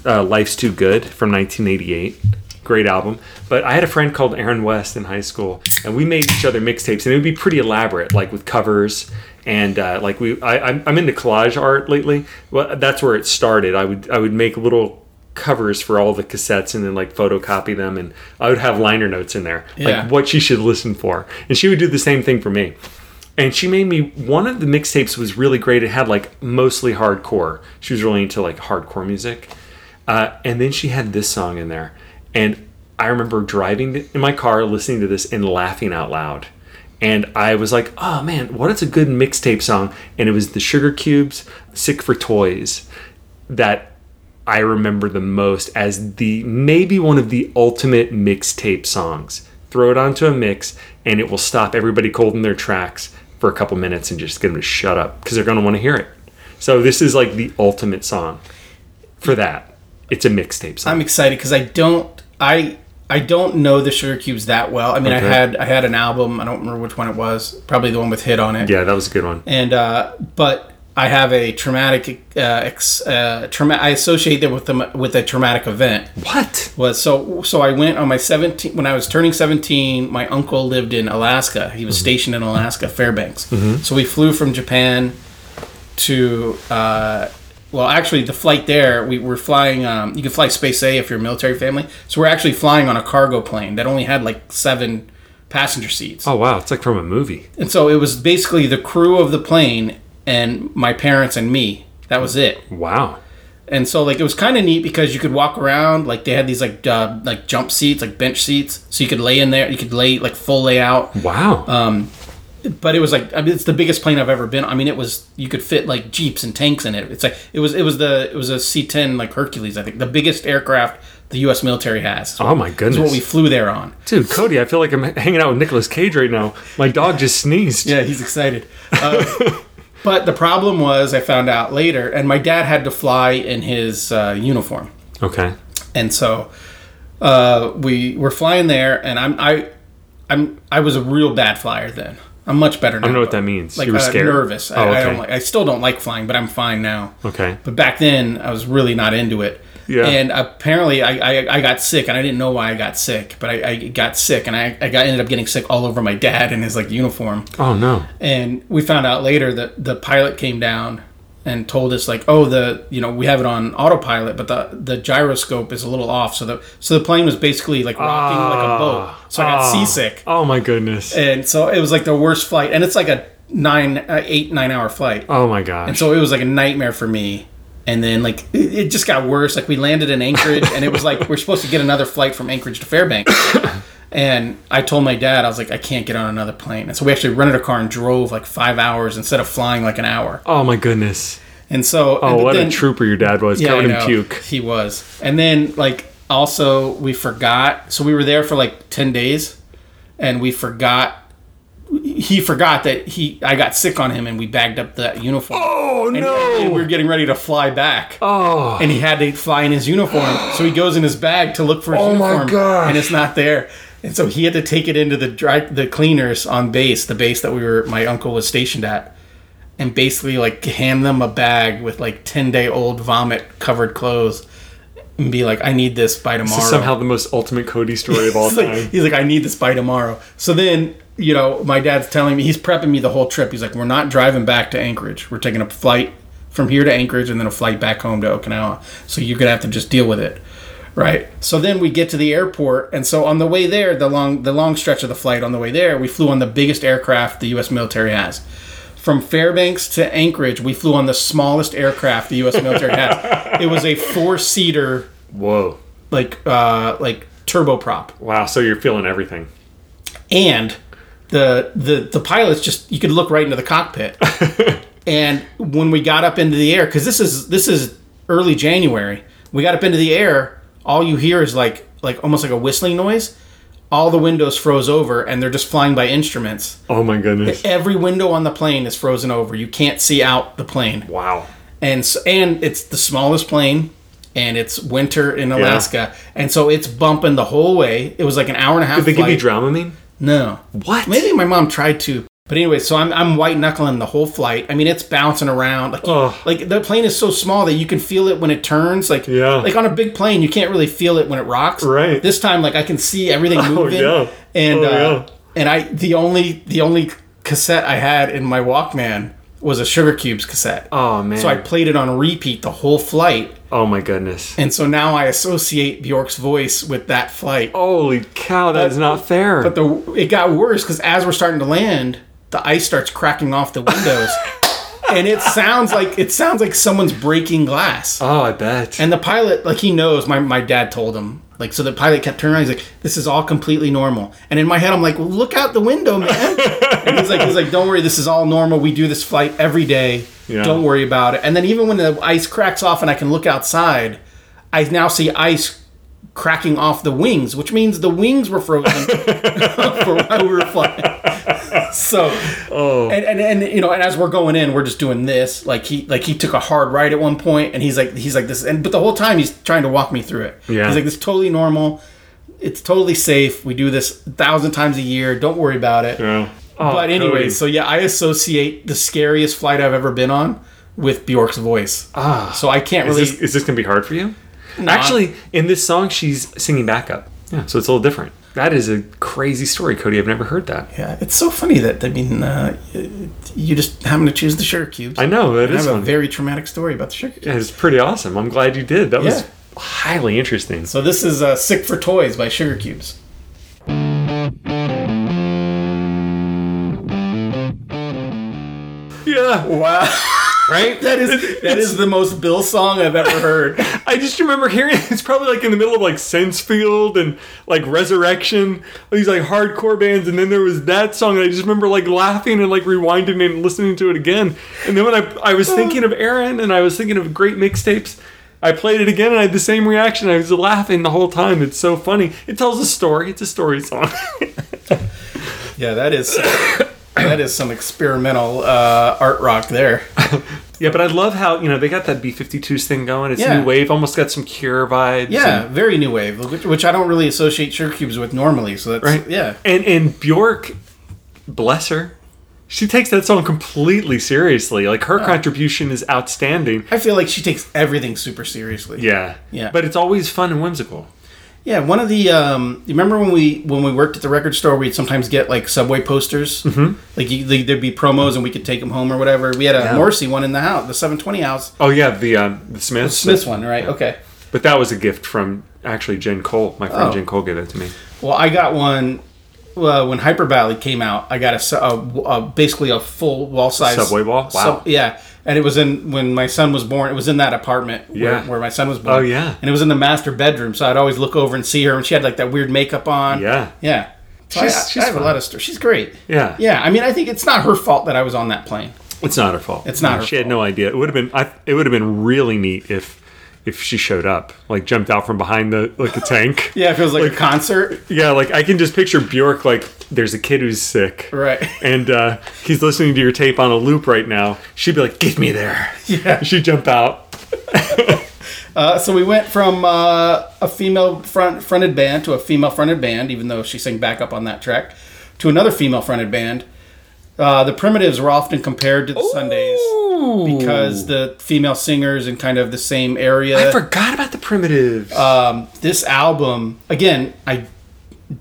Speaker 2: uh, "Life's Too Good" from 1988. Great album. But I had a friend called Aaron West in high school, and we made each other mixtapes, and it would be pretty elaborate, like with covers. And uh, like we, I, I'm, I'm into collage art lately. Well, that's where it started. I would I would make little covers for all the cassettes and then like photocopy them, and I would have liner notes in there,
Speaker 1: Yeah.
Speaker 2: like what she should listen for. And she would do the same thing for me and she made me one of the mixtapes was really great it had like mostly hardcore she was really into like hardcore music uh, and then she had this song in there and i remember driving in my car listening to this and laughing out loud and i was like oh man what is a good mixtape song and it was the sugar cubes sick for toys that I remember the most as the maybe one of the ultimate mixtape songs. Throw it onto a mix, and it will stop everybody cold in their tracks for a couple minutes and just get them to shut up because they're going to want to hear it. So this is like the ultimate song for that. It's a mixtape song.
Speaker 1: I'm excited because I don't I I don't know the Sugar Cubes that well. I mean, I
Speaker 2: Okay.
Speaker 1: had I had an album. I don't remember which one it was. Probably the one with Hit on it.
Speaker 2: yeah, that was a good one.
Speaker 1: And uh, but I have a traumatic uh, ex, uh, trauma. I associate that with them with a traumatic event.
Speaker 2: What?
Speaker 1: Was so so I went on my 17 when I was turning 17. My uncle lived in Alaska. He was stationed in Alaska, Fairbanks. So we flew from Japan to uh, well actually the flight there we were flying um, you can fly space a if you're a military family so we're actually flying on a cargo plane that only had like seven passenger seats
Speaker 2: Oh wow, it's like from a movie.
Speaker 1: and so it was basically the crew of the plane and my parents and me that was it
Speaker 2: Wow.
Speaker 1: and so like it was kind of neat because you could walk around like they had these like uh, like jump seats like bench seats so you could lay in there you could lay like full layout
Speaker 2: Wow.
Speaker 1: Um, but it was like I mean, it's the biggest plane I've ever been. on. I mean, it was you could fit like jeeps and tanks in it. It's like it was it was the it was a C ten like Hercules. I think the biggest aircraft the U.S. military has.
Speaker 2: oh my
Speaker 1: It's
Speaker 2: goodness.
Speaker 1: what we flew there on.
Speaker 2: Dude, Cody, I feel like I'm hanging out with Nicolas Cage right now. My dog just sneezed.
Speaker 1: Yeah, he's excited. Uh, but the problem was, I found out later, and my dad had to fly in his uh, uniform.
Speaker 2: Okay.
Speaker 1: and so uh, we were flying there, and I'm I, I'm I was a real bad flyer then. I'm much better now.
Speaker 2: I don't know what that means.
Speaker 1: Like
Speaker 2: you were
Speaker 1: uh,
Speaker 2: scared.
Speaker 1: nervous.
Speaker 2: Oh,
Speaker 1: I,
Speaker 2: okay.
Speaker 1: I don't like. I still don't like flying, but I'm fine now.
Speaker 2: okay.
Speaker 1: But back then, I was really not into it.
Speaker 2: Yeah.
Speaker 1: And apparently, I, I I got sick, and I didn't know why I got sick, but I, I got sick, and I, I got ended up getting sick all over my dad in his like uniform.
Speaker 2: Oh no.
Speaker 1: And we found out later that the pilot came down and told us like, oh, the you know we have it on autopilot, but the the gyroscope is a little off, so the so the plane was basically like rocking like a boat. So I got
Speaker 2: Ah.
Speaker 1: seasick,
Speaker 2: Oh my goodness.
Speaker 1: and so it was like the worst flight, and it's like a nine uh, eight nine hour flight.
Speaker 2: oh my gosh.
Speaker 1: And so it was like a nightmare for me. And then like it, it just got worse. Like we landed in Anchorage, and it was like we're supposed to get another flight from Anchorage to Fairbanks. and I told my dad, I was like, I can't get on another plane. And so we actually rented a car and drove like five hours instead of flying like an hour.
Speaker 2: oh my goodness.
Speaker 1: And so
Speaker 2: Oh, what a trooper your dad was.
Speaker 1: I
Speaker 2: covered in
Speaker 1: know.
Speaker 2: puke.
Speaker 1: He was. And then like also we forgot. So we were there for like ten days, and we forgot. He forgot that he I got sick on him, and we bagged up that uniform.
Speaker 2: Oh
Speaker 1: And- and we were getting ready to fly back.
Speaker 2: oh.
Speaker 1: And he had to fly in his uniform. So he goes in his bag to look for his
Speaker 2: Oh my
Speaker 1: uniform.
Speaker 2: gosh.
Speaker 1: And it's not there. And so he had to take it into the dry, the cleaners on base, the base that we were my uncle was stationed at, and basically like hand them a bag with like ten day old vomit covered clothes, and be like, "I need this by tomorrow."
Speaker 2: Somehow the most ultimate Cody story of all
Speaker 1: It's like-
Speaker 2: time.
Speaker 1: he's like, I need this by tomorrow. So then, you know, my dad's telling me he's prepping me the whole trip. He's like, we're not driving back to Anchorage. We're taking a flight from here to Anchorage and then a flight back home to Okinawa. So you're gonna have to just deal with it, right? So then we get to the airport, and so on the way there, the long the long stretch of the flight on the way there, we flew on the biggest aircraft the U.S. military has. From Fairbanks to Anchorage, we flew on the smallest aircraft the U.S. military has. It was a four-seater,
Speaker 2: Whoa.
Speaker 1: like uh, like turboprop
Speaker 2: Wow. So you're feeling everything.
Speaker 1: and the the the pilots just you could look right into the cockpit. and when we got up into the air, because this is this is early January, we got up into the air. All you hear is like like almost like a whistling noise. All the windows froze over, and they're just flying by instruments.
Speaker 2: Oh my goodness.
Speaker 1: Every window on the plane is frozen over. You can't see out the plane
Speaker 2: Wow.
Speaker 1: and so, and it's the smallest plane and it's winter in Alaska and so it's bumping the whole way it was like an hour and a half
Speaker 2: Did they give you
Speaker 1: flight.
Speaker 2: Dramamine?
Speaker 1: no
Speaker 2: What?
Speaker 1: maybe my mom tried to but anyway so I'm, I'm white knuckling the whole flight I mean it's bouncing around like
Speaker 2: Ugh.
Speaker 1: like the plane is so small that you can feel it when it turns like
Speaker 2: Yeah.
Speaker 1: like on a big plane you can't really feel it when it rocks
Speaker 2: Right.
Speaker 1: this time like I can see everything moving
Speaker 2: yeah.
Speaker 1: and
Speaker 2: Oh,
Speaker 1: uh,
Speaker 2: yeah.
Speaker 1: and I the only the only cassette I had in my Walkman was a Sugar Cubes cassette
Speaker 2: Oh man.
Speaker 1: so I played it on repeat the whole flight,
Speaker 2: oh my goodness.
Speaker 1: and so now I associate Bjork's voice with that flight.
Speaker 2: Holy cow, that's not fair.
Speaker 1: But the it got worse because as we're starting to land, the ice starts cracking off the windows, and it sounds like it sounds like someone's breaking glass.
Speaker 2: oh, I bet.
Speaker 1: And the pilot, like he knows, my, my dad told him. Like so the pilot kept turning around, he's like, This is all completely normal. And in my head I'm like, well, look out the window, man. and he's like he's like, Don't worry, this is all normal. We do this flight every day.
Speaker 2: Yeah.
Speaker 1: Don't worry about it. And then even when the ice cracks off and I can look outside, I now see ice cracking off the wings, which means the wings were frozen for while we were flying. So
Speaker 2: Oh.
Speaker 1: and, and and you know, and as we're going in, we're just doing this. Like he like he took a hard right at one point, and he's like he's like this, and but the whole time he's trying to walk me through it.
Speaker 2: Yeah.
Speaker 1: he's like this is totally normal. It's totally safe. We do this a thousand times a year. Don't worry about it.
Speaker 2: Yeah. Oh,
Speaker 1: but anyway,
Speaker 2: Cody.
Speaker 1: so yeah, I associate the scariest flight I've ever been on with Bjork's voice.
Speaker 2: Ah.
Speaker 1: so I can't
Speaker 2: is
Speaker 1: really.
Speaker 2: this, is this gonna be hard for you? Actually, in this song, she's singing backup. Yeah, so it's a little different. That is a crazy story, Cody. I've never heard that.
Speaker 1: yeah, it's so funny that I mean, uh, you just happen to choose the sugar cubes.
Speaker 2: I know that
Speaker 1: I
Speaker 2: is
Speaker 1: have a
Speaker 2: one.
Speaker 1: very traumatic story about the sugar cubes.
Speaker 2: Yeah, it's pretty awesome. I'm glad you did. That was
Speaker 1: Yeah.
Speaker 2: highly interesting.
Speaker 1: So this is uh, "Sick for Toys" by Sugar Cubes.
Speaker 2: Yeah,
Speaker 1: Wow.
Speaker 2: right.
Speaker 1: That is that is the most Bill song I've ever heard.
Speaker 2: I just remember hearing it's probably like in the middle of like Sensefield and like Resurrection, all these like hardcore bands, and then there was that song, and I just remember like laughing and like rewinding and listening to it again. And then when I I was thinking of Aaron and I was thinking of great mixtapes, I played it again and I had the same reaction. I was laughing the whole time. It's so funny. It tells a story. It's a story song.
Speaker 1: Yeah, that is that is some experimental uh, art rock there.
Speaker 2: yeah, but I love how you know they got that B52s thing going. It's
Speaker 1: Yeah.
Speaker 2: new wave, almost got some Cure vibes. and-
Speaker 1: Yeah, very new wave, which, which I don't really associate sugar cubes with normally. So that's
Speaker 2: Right.
Speaker 1: yeah.
Speaker 2: And and Bjork, bless her, she takes that song completely seriously. Like her contribution is outstanding.
Speaker 1: I feel like she takes everything super seriously.
Speaker 2: Yeah.
Speaker 1: Yeah.
Speaker 2: But it's always fun and whimsical.
Speaker 1: Yeah, one of the um, you remember when we when we worked at the record store, we'd sometimes get like Subway posters, mm-hmm. like you, they, there'd be promos, and we could take them home or whatever. We had a Morrissey one in the house, the 720 house,
Speaker 2: Oh yeah, the um, the Smiths.
Speaker 1: Smith's one, right? Okay.
Speaker 2: But that was a gift from actually Jen Cole. My friend
Speaker 1: Oh.
Speaker 2: Jen Cole gave that to me.
Speaker 1: Well, I got one uh, when Hyper Valley came out. I got a, su- a, a basically a full wall size
Speaker 2: Subway wall? Wow.
Speaker 1: yeah, and it was in when my son was born. It was in that apartment
Speaker 2: Yeah.
Speaker 1: where, where my son was born.
Speaker 2: Oh, yeah.
Speaker 1: and it was in the master bedroom. So I'd always look over and see her, and she had like that weird makeup on.
Speaker 2: Yeah.
Speaker 1: yeah. So
Speaker 2: She's-
Speaker 1: I, I
Speaker 2: she's
Speaker 1: have
Speaker 2: fun.
Speaker 1: a lot of stories. She's great.
Speaker 2: Yeah.
Speaker 1: Yeah, I mean, I think it's not her fault that I was on that plane.
Speaker 2: It's not her fault.
Speaker 1: It's not
Speaker 2: No,
Speaker 1: her
Speaker 2: She had no idea. It would have been. I, it would have been really neat if if she showed up, like jumped out from behind the like a tank.
Speaker 1: Yeah, if it was like, a concert,
Speaker 2: Yeah, like I can just picture Bjork like there's a kid who's sick.
Speaker 1: Right.
Speaker 2: And uh, he's listening to your tape on a loop right now. She'd be like, "Get me there."
Speaker 1: Yeah.
Speaker 2: She'd jump out.
Speaker 1: Uh, so we went from uh, a female front fronted band to a female fronted band, even though she sang backup on that track, to another female fronted band. Uh, the primitives were often compared to the Sundays because the female singers in kind of the same area.
Speaker 2: I forgot about the primitives.
Speaker 1: um, this album, again, I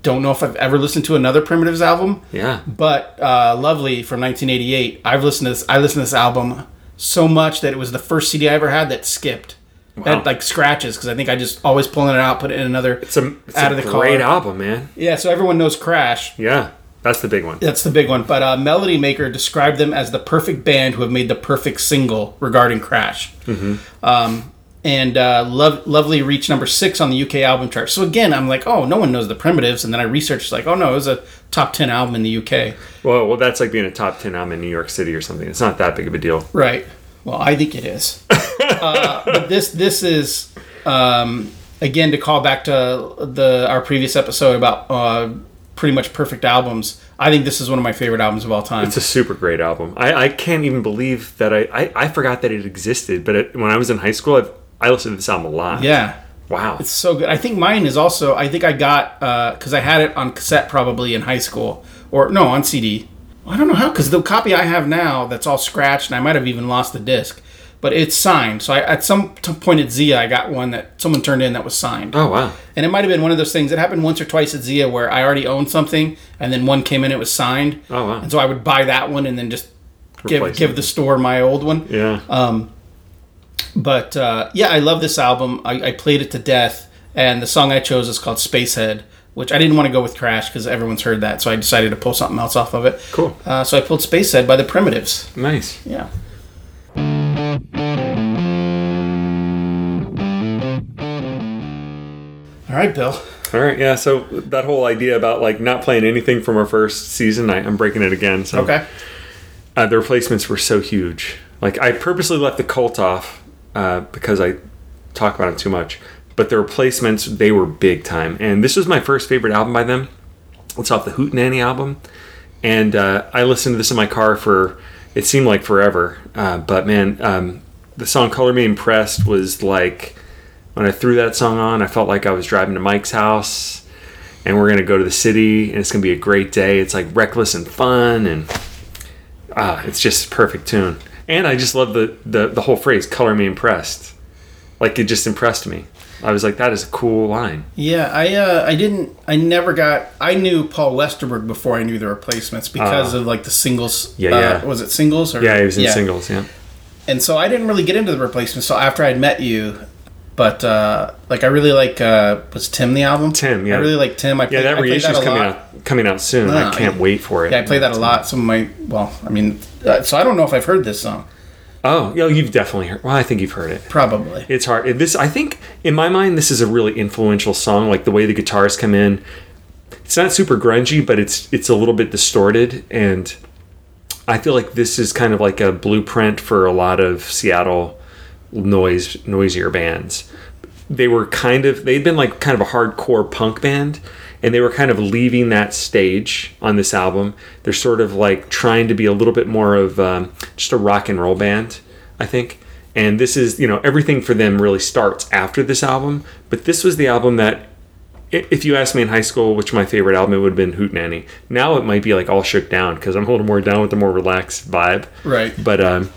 Speaker 1: don't know if I've ever listened to another primitives album.
Speaker 2: yeah.
Speaker 1: But uh, Lovely from 1988, I've listened to this. I listened to this album so much that it was the first CD I ever had that skipped. That like scratches because I think I just always pulling it out, put it in another.
Speaker 2: It's a, it's
Speaker 1: out
Speaker 2: a
Speaker 1: of the
Speaker 2: great
Speaker 1: car.
Speaker 2: album, man.
Speaker 1: yeah, so everyone knows Crash.
Speaker 2: Yeah, that's the big one.
Speaker 1: That's the big one. But uh, Melody Maker described them as the perfect band who have made the perfect single regarding Crash. Mm-hmm. Um, and uh, Lov Lovely reached number six on the UK album chart. So again, I'm like, oh, no one knows the Primitives. And then I researched, like, oh no, it was a top ten album in the UK.
Speaker 2: Well, well, that's like being a top ten album in New York City or something. It's not that big of a deal.
Speaker 1: Right. Well, I think it is. uh, but this this is um, again to call back to the our previous episode about uh, pretty much perfect albums. I think this is one of my favorite albums of all time.
Speaker 2: It's a super great album. I, I can't even believe that I, I, I forgot that it existed. But it, when I was in high school, I've, I listened to this album a lot.
Speaker 1: yeah.
Speaker 2: Wow.
Speaker 1: It's so good. I think mine is also. I think I got because I had it on cassette probably in high school or no on CD. I don't know how because the copy I have now that's all scratched and I might have even lost the disc, but it's signed. So I, at some t- point at Zia, I got one that someone turned in that was signed.
Speaker 2: oh wow.
Speaker 1: And it might have been one of those things. It happened once or twice at Zia where I already owned something, and then one came in, it was signed.
Speaker 2: Oh, wow.
Speaker 1: And so I would buy that one and then just give,
Speaker 2: Replace
Speaker 1: give
Speaker 2: it.
Speaker 1: the store my old one.
Speaker 2: Yeah.
Speaker 1: But uh, yeah, I love this album. I, I played it to death, and the song I chose is called Spacehead, which I didn't want to go with Crash because everyone's heard that, so I decided to pull something else off of it.
Speaker 2: Cool.
Speaker 1: Uh, so I pulled Spacehead by the Primitives.
Speaker 2: nice.
Speaker 1: Yeah. All right, Bill.
Speaker 2: All right. Yeah. So that whole idea about like not playing anything from our first season, I, I'm breaking it again. So
Speaker 1: Okay.
Speaker 2: uh, the replacements were so huge. Like I purposely left the cult off uh, because I talk about them too much. But the replacements, they were big time, and this was my first favorite album by them. It's off the Hootenanny album, and uh, I listened to this in my car for it seemed like forever. Uh, but man, um, the song "Color Me Impressed" was like when I threw that song on, I felt like I was driving to Mike's house, and we're gonna go to the city, and it's gonna be a great day. It's like reckless and fun, and Ah, it's just a perfect tune. And I just love the, the the whole phrase "color me impressed." Like it just impressed me. I was like, that is a cool line.
Speaker 1: Yeah, I uh, I didn't I never got I knew Paul Westerberg before I knew the replacements because of like the singles.
Speaker 2: Ah. Yeah,
Speaker 1: uh,
Speaker 2: yeah.
Speaker 1: Was it singles or
Speaker 2: Yeah, it was in singles. Yeah,
Speaker 1: And so I didn't really get into the replacements. So after I'd met you, but uh, like I really like uh, was Tim the album.
Speaker 2: Tim, yeah.
Speaker 1: I really like Tim. I played,
Speaker 2: yeah. That
Speaker 1: I played
Speaker 2: reissue's
Speaker 1: that a
Speaker 2: coming
Speaker 1: lot.
Speaker 2: out coming out soon.
Speaker 1: No,
Speaker 2: I can't
Speaker 1: I-
Speaker 2: wait for it.
Speaker 1: Yeah, I play that a lot. Some of my well, I mean, uh, so I don't know if I've heard this song.
Speaker 2: Oh, yeah, you've definitely heard. Well, I think you've heard it.
Speaker 1: Probably.
Speaker 2: It's hard. And This, I think, in my mind, this is a really influential song. Like the way the guitars come in, it's not super grungy, but it's it's a little bit distorted, and I feel like this is kind of like a blueprint for a lot of Seattle noise noisier bands. They were kind of they'd been like kind of a hardcore punk band and they were kind of leaving that stage on this album. They're sort of like trying to be a little bit more of um, just a rock and roll band, I think. And this is, you know, everything for them really starts after this album, but this was the album that i- if you asked me in high school which my favorite album, it would have been Hootenanny. Now it might be like All Shook Down because I'm a little more down with the more relaxed vibe.
Speaker 1: Right.
Speaker 2: But um,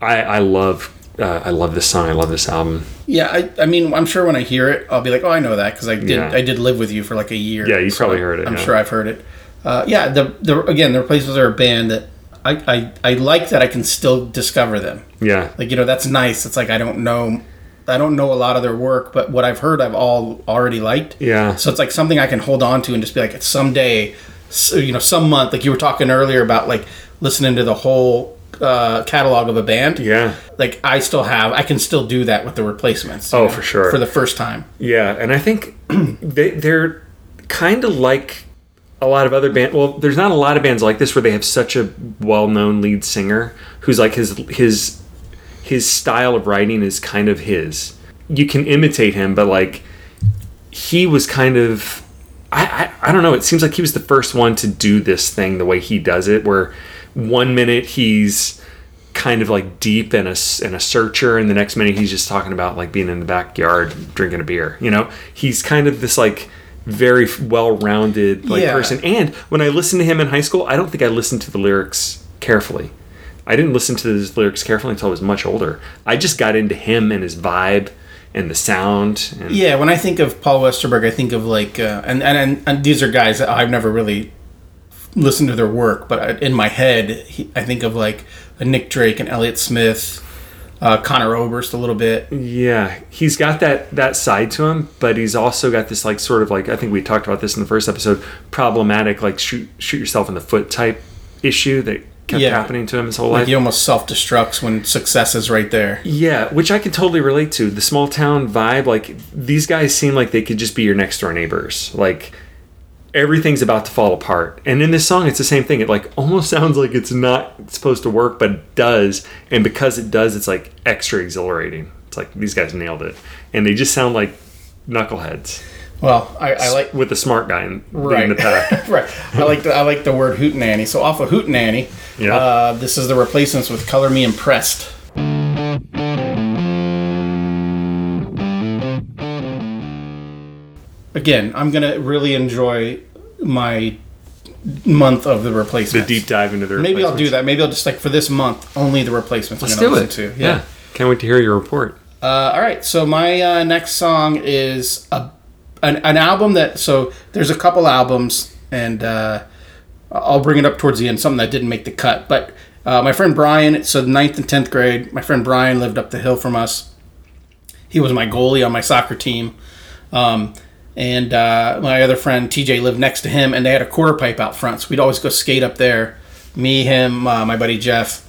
Speaker 2: I I love uh, I love this song. I love this album.
Speaker 1: Yeah, I, I mean, I'm sure when I hear it, I'll be like, oh, I know that because I did
Speaker 2: Yeah.
Speaker 1: I did live with you for like a year.
Speaker 2: Yeah, you probably
Speaker 1: I-
Speaker 2: heard it,
Speaker 1: I'm
Speaker 2: yeah.
Speaker 1: sure I've heard it. Uh, yeah, the the again, the replacements are a band that I, I I like that I can still discover them.
Speaker 2: Yeah.
Speaker 1: Like you know, that's nice. It's like I don't know I don't know a lot of their work, but what I've heard, I've all already liked.
Speaker 2: Yeah.
Speaker 1: So it's like something I can hold on to and just be like, someday, so, you know, some month. Like you were talking earlier about like listening to the whole uh, catalog of a band
Speaker 2: yeah.
Speaker 1: like I still have, I can still do that with the replacements. you
Speaker 2: Oh, for sure.
Speaker 1: For the first time,
Speaker 2: Yeah, and I think they they're kind of like a lot of other bands. Well, there's not a lot of bands like this where they have such a well-known lead singer who's like his his his style of writing is kind of his. You can imitate him, but like he was kind of I, I I don't know. It seems like he was the first one to do this thing the way he does it, where one minute he's kind of like deep and a s- and a searcher, and the next minute he's just talking about like being in the backyard drinking a beer. You know, he's kind of this like very f- well-rounded like
Speaker 1: Yeah.
Speaker 2: person. And when I listened to him in high school, I don't think I listened to the lyrics carefully. I didn't listen to his lyrics carefully until I was much older. I just got into him and his vibe and the sound. And
Speaker 1: yeah. When I think of Paul Westerberg, I think of like, uh, and, and and and these are guys that I've never really listened to their work, but I, in my head, he, I think of like a Nick Drake and Elliott Smith, uh, Connor Oberst a little bit.
Speaker 2: Mm-hmm. Yeah, he's got that that side to him, but he's also got this like sort of like I think we talked about this in the first episode, problematic like shoot shoot yourself in the foot type issue that kept
Speaker 1: Yeah.
Speaker 2: happening to him his whole
Speaker 1: Like
Speaker 2: life.
Speaker 1: he almost self destructs when success is right there.
Speaker 2: Yeah, which I can totally relate to. The small town vibe, like these guys seem like they could just be your next door neighbors. Like everything's about to fall apart. And in this song it's the same thing. It like almost sounds like it's not supposed to work, but it does. And because it does, it's like extra exhilarating. It's like these guys nailed it. And they just sound like knuckleheads.
Speaker 1: Well, I, I like
Speaker 2: with the smart guy in
Speaker 1: Right.
Speaker 2: leading the pack.
Speaker 1: right. I like the I like the word hootenanny. So off of hootenanny,
Speaker 2: Yeah.
Speaker 1: uh, this is the replacements with "Color Me Impressed." Again, I'm gonna really enjoy my month of the
Speaker 2: the
Speaker 1: replacements.
Speaker 2: deep dive into their
Speaker 1: Maybe I'll do that. Maybe I'll just like for this month only the replacements. I'm
Speaker 2: Let's
Speaker 1: gonna
Speaker 2: do it.
Speaker 1: listen to.
Speaker 2: yeah. Can't wait to hear your report.
Speaker 1: Uh, all right, so my uh, next song is a an, an album that so there's a couple albums, and uh, I'll bring it up towards the end. Something that didn't make the cut, but uh, my friend Brian. So ninth and tenth grade, my friend Brian lived up the hill from us. He was my goalie on my soccer team, um, and uh, my other friend TJ lived next to him, and they had a quarter pipe out front, so we'd always go skate up there. Me, him, uh, my buddy Jeff,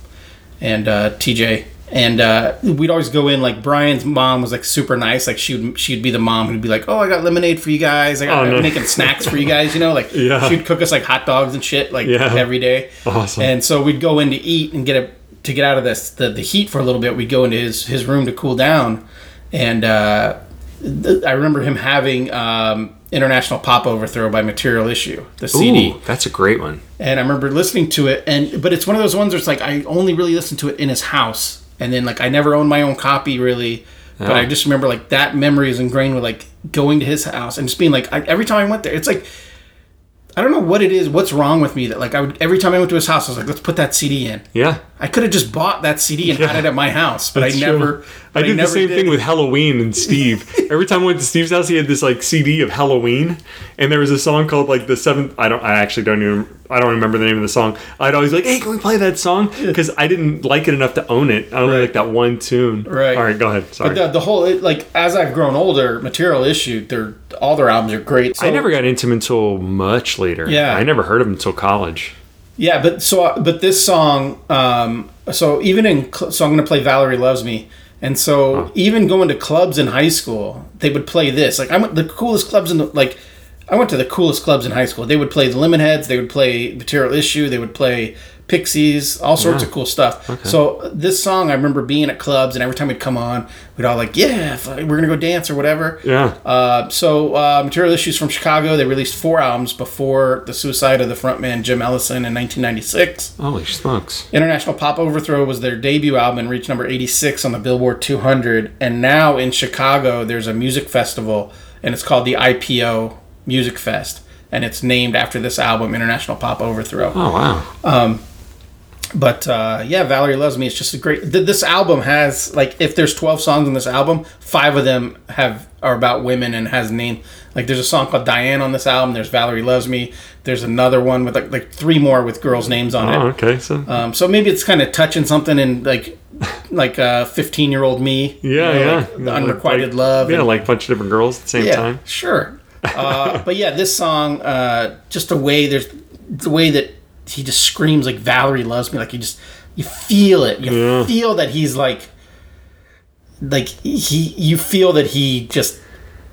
Speaker 1: and uh, TJ. And uh, we'd always go in like Brian's mom was like super nice, like she would she'd be the mom who'd be like, "Oh, I got lemonade for you guys. I got
Speaker 2: Oh, no.
Speaker 1: making snacks for you guys." You know, like
Speaker 2: Yeah.
Speaker 1: she'd cook us like hot dogs and shit like
Speaker 2: Yeah.
Speaker 1: every day.
Speaker 2: Awesome.
Speaker 1: And so we'd go in to eat and get a to get out of this the, the heat for a little bit. We'd go into his his room to cool down, and uh, th- I remember him having um, International Pop Overthrow by Material Issue, the CD
Speaker 2: Ooh, that's a great one.
Speaker 1: and I remember listening to it. And but it's one of those ones where it's like I only really listened to it in his house, and then like I never owned my own copy really. But
Speaker 2: Oh.
Speaker 1: I just remember like that memory is ingrained with like going to his house and just being like I, every time I went there, it's like I don't know what it is, what's wrong with me that like I would every time I went to his house, I was like let's put that CD in.
Speaker 2: Yeah.
Speaker 1: I could have just bought that CD and had it at my house, but I
Speaker 2: That's
Speaker 1: never.
Speaker 2: true. I
Speaker 1: but
Speaker 2: did the
Speaker 1: never
Speaker 2: same
Speaker 1: did.
Speaker 2: thing with Halloween and Steve. Every time I went to Steve's house, he had this like CD of Halloween, and there was a song called like the seventh. I don't. I actually don't even. I don't remember the name of the song. I'd always be like, "Hey, can we play that song?" Because I didn't like it enough to own it. I only like that one tune.
Speaker 1: Right.
Speaker 2: All right. Go ahead. Sorry.
Speaker 1: the, the whole it, like as I've grown older, Material Issue, their all their albums are great. So,
Speaker 2: I never got into him until much later.
Speaker 1: Yeah.
Speaker 2: I never heard of him until college.
Speaker 1: Yeah, but so but this song, um, so even in cl- so I'm gonna play Valerie Loves Me, and so even going to clubs in high school, they would play this. Like I went the coolest clubs in the like, I went to the coolest clubs in high school. They would play the Lemonheads, they would play Material Issue, they would play Pixies, all sorts of cool stuff. So uh, this song, I remember being at clubs, and every time we'd come on, we'd all like, "Yeah, f- we're gonna go dance or whatever."
Speaker 2: Yeah.
Speaker 1: Uh, so uh, Material Issues from Chicago, they released four albums before the suicide of the frontman Jim Ellison in 1996.
Speaker 2: Holy smokes.
Speaker 1: International Pop Overthrow was their debut album and reached number 86 on the Billboard 200. And now in Chicago, there's a music festival, and it's called the IPO Music Fest. And it's named after this album, International Pop Overthrow.
Speaker 2: Oh, wow.
Speaker 1: But uh, yeah, Valerie Loves Me. It's just a great. Th- this album has like, if there's 12 songs in this album, five of them have are about women and has name. Like, there's a song called Diane on this album. There's Valerie Loves Me. There's another one with like, like three more with girls' names on it.
Speaker 2: Oh, okay. So,
Speaker 1: Um, so maybe it's kind of touching something in like like a fifteen year old me. you
Speaker 2: yeah,
Speaker 1: know,
Speaker 2: yeah.
Speaker 1: like the
Speaker 2: Yeah, like-
Speaker 1: unrequited
Speaker 2: like-
Speaker 1: love.
Speaker 2: Yeah,
Speaker 1: and-
Speaker 2: like a bunch of different girls at the same
Speaker 1: yeah,
Speaker 2: time.
Speaker 1: sure. Uh, but yeah, this song, uh, just the way there's the way that he just screams like Valerie loves me. Like you just you feel it. You
Speaker 2: Yeah.
Speaker 1: feel that he's like like he you feel that he just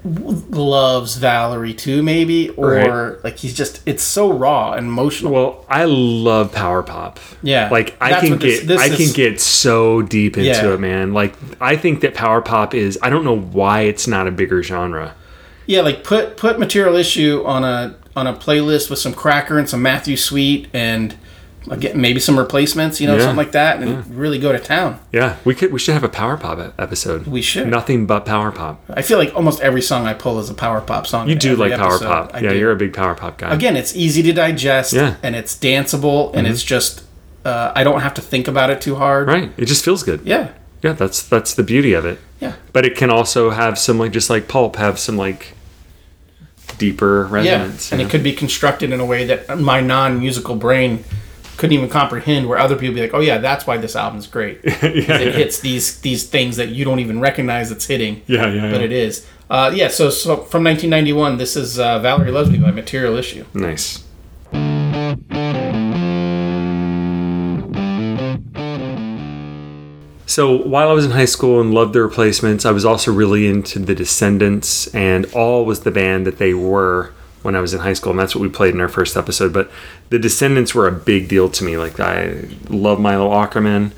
Speaker 1: w- loves Valerie too maybe or
Speaker 2: Right.
Speaker 1: like he's just it's so raw and emotional.
Speaker 2: Well, I love power pop.
Speaker 1: Yeah.
Speaker 2: Like I
Speaker 1: That's
Speaker 2: can
Speaker 1: what this-
Speaker 2: get
Speaker 1: this
Speaker 2: I
Speaker 1: is-
Speaker 2: can get so deep into
Speaker 1: Yeah.
Speaker 2: it, man. Like I think that power pop is I don't know why it's not a bigger genre.
Speaker 1: Yeah, like put put material issue on a on a playlist with some cracker and some Matthew Sweet and again, maybe some replacements, you know,
Speaker 2: Yeah,
Speaker 1: something like that, and really go to town.
Speaker 2: Yeah, we could we should have a power pop e- episode.
Speaker 1: We should.
Speaker 2: Nothing but power pop.
Speaker 1: I feel like almost every song I pull is a power pop song.
Speaker 2: You do like power pop. yeah, you're a big power pop guy.
Speaker 1: again, it's easy to digest,
Speaker 2: Yeah. Mm-hmm.
Speaker 1: and it's danceable, and it's just uh, I don't have to think about it too hard.
Speaker 2: Right. It just feels good.
Speaker 1: Yeah,
Speaker 2: Yeah, that's that's the beauty of it.
Speaker 1: yeah,
Speaker 2: But it can also have some like just like pulp have some like deeper
Speaker 1: yeah.
Speaker 2: resonance.
Speaker 1: and
Speaker 2: you
Speaker 1: it
Speaker 2: know?
Speaker 1: could be constructed in a way that my non musical brain couldn't even comprehend. Where other people be like, "Oh yeah, that's why this album's great."
Speaker 2: yeah,
Speaker 1: it
Speaker 2: yeah.
Speaker 1: hits these these things that you don't even recognize it's hitting.
Speaker 2: yeah, yeah,
Speaker 1: But
Speaker 2: yeah.
Speaker 1: it is. Uh, yeah, so, so from 1991, this is uh, Valerie Loves Me by Material Issue.
Speaker 2: Nice. So while I was in high school and loved the replacements, I was also really into the Descendants, and All was the band that they were when I was in high school, and that's what we played in our first episode. But the Descendants were a big deal to me. Like I love Milo Ackerman.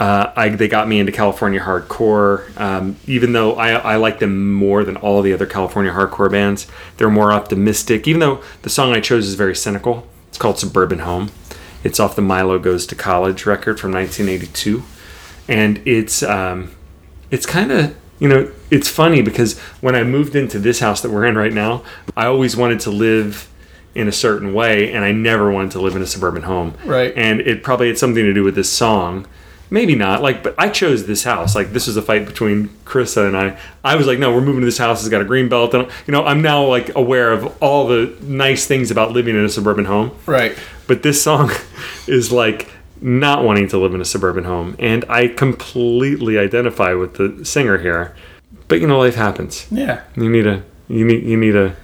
Speaker 2: Uh, I, they got me into California hardcore. Um, even though I, I like them more than all the other California hardcore bands, they're more optimistic. Even though the song I chose is very cynical, it's called "Suburban Home." It's off the Milo Goes to College record from 1982, and it's um, it's kind of you know it's funny because when I moved into this house that we're in right now, I always wanted to live in a certain way, and I never wanted to live in a suburban home.
Speaker 1: Right.
Speaker 2: And it probably had something to do with this song. Maybe not. Like, but I chose this house. Like, this was a fight between Krista and I. I was like, no, we're moving to this house. It's got a green belt, and you know, I'm now like aware of all the nice things about living in a suburban home.
Speaker 1: Right.
Speaker 2: But this song is like not wanting to live in a suburban home, and I completely identify with the singer here. But you know, life happens.
Speaker 1: Yeah.
Speaker 2: You need a you need you need a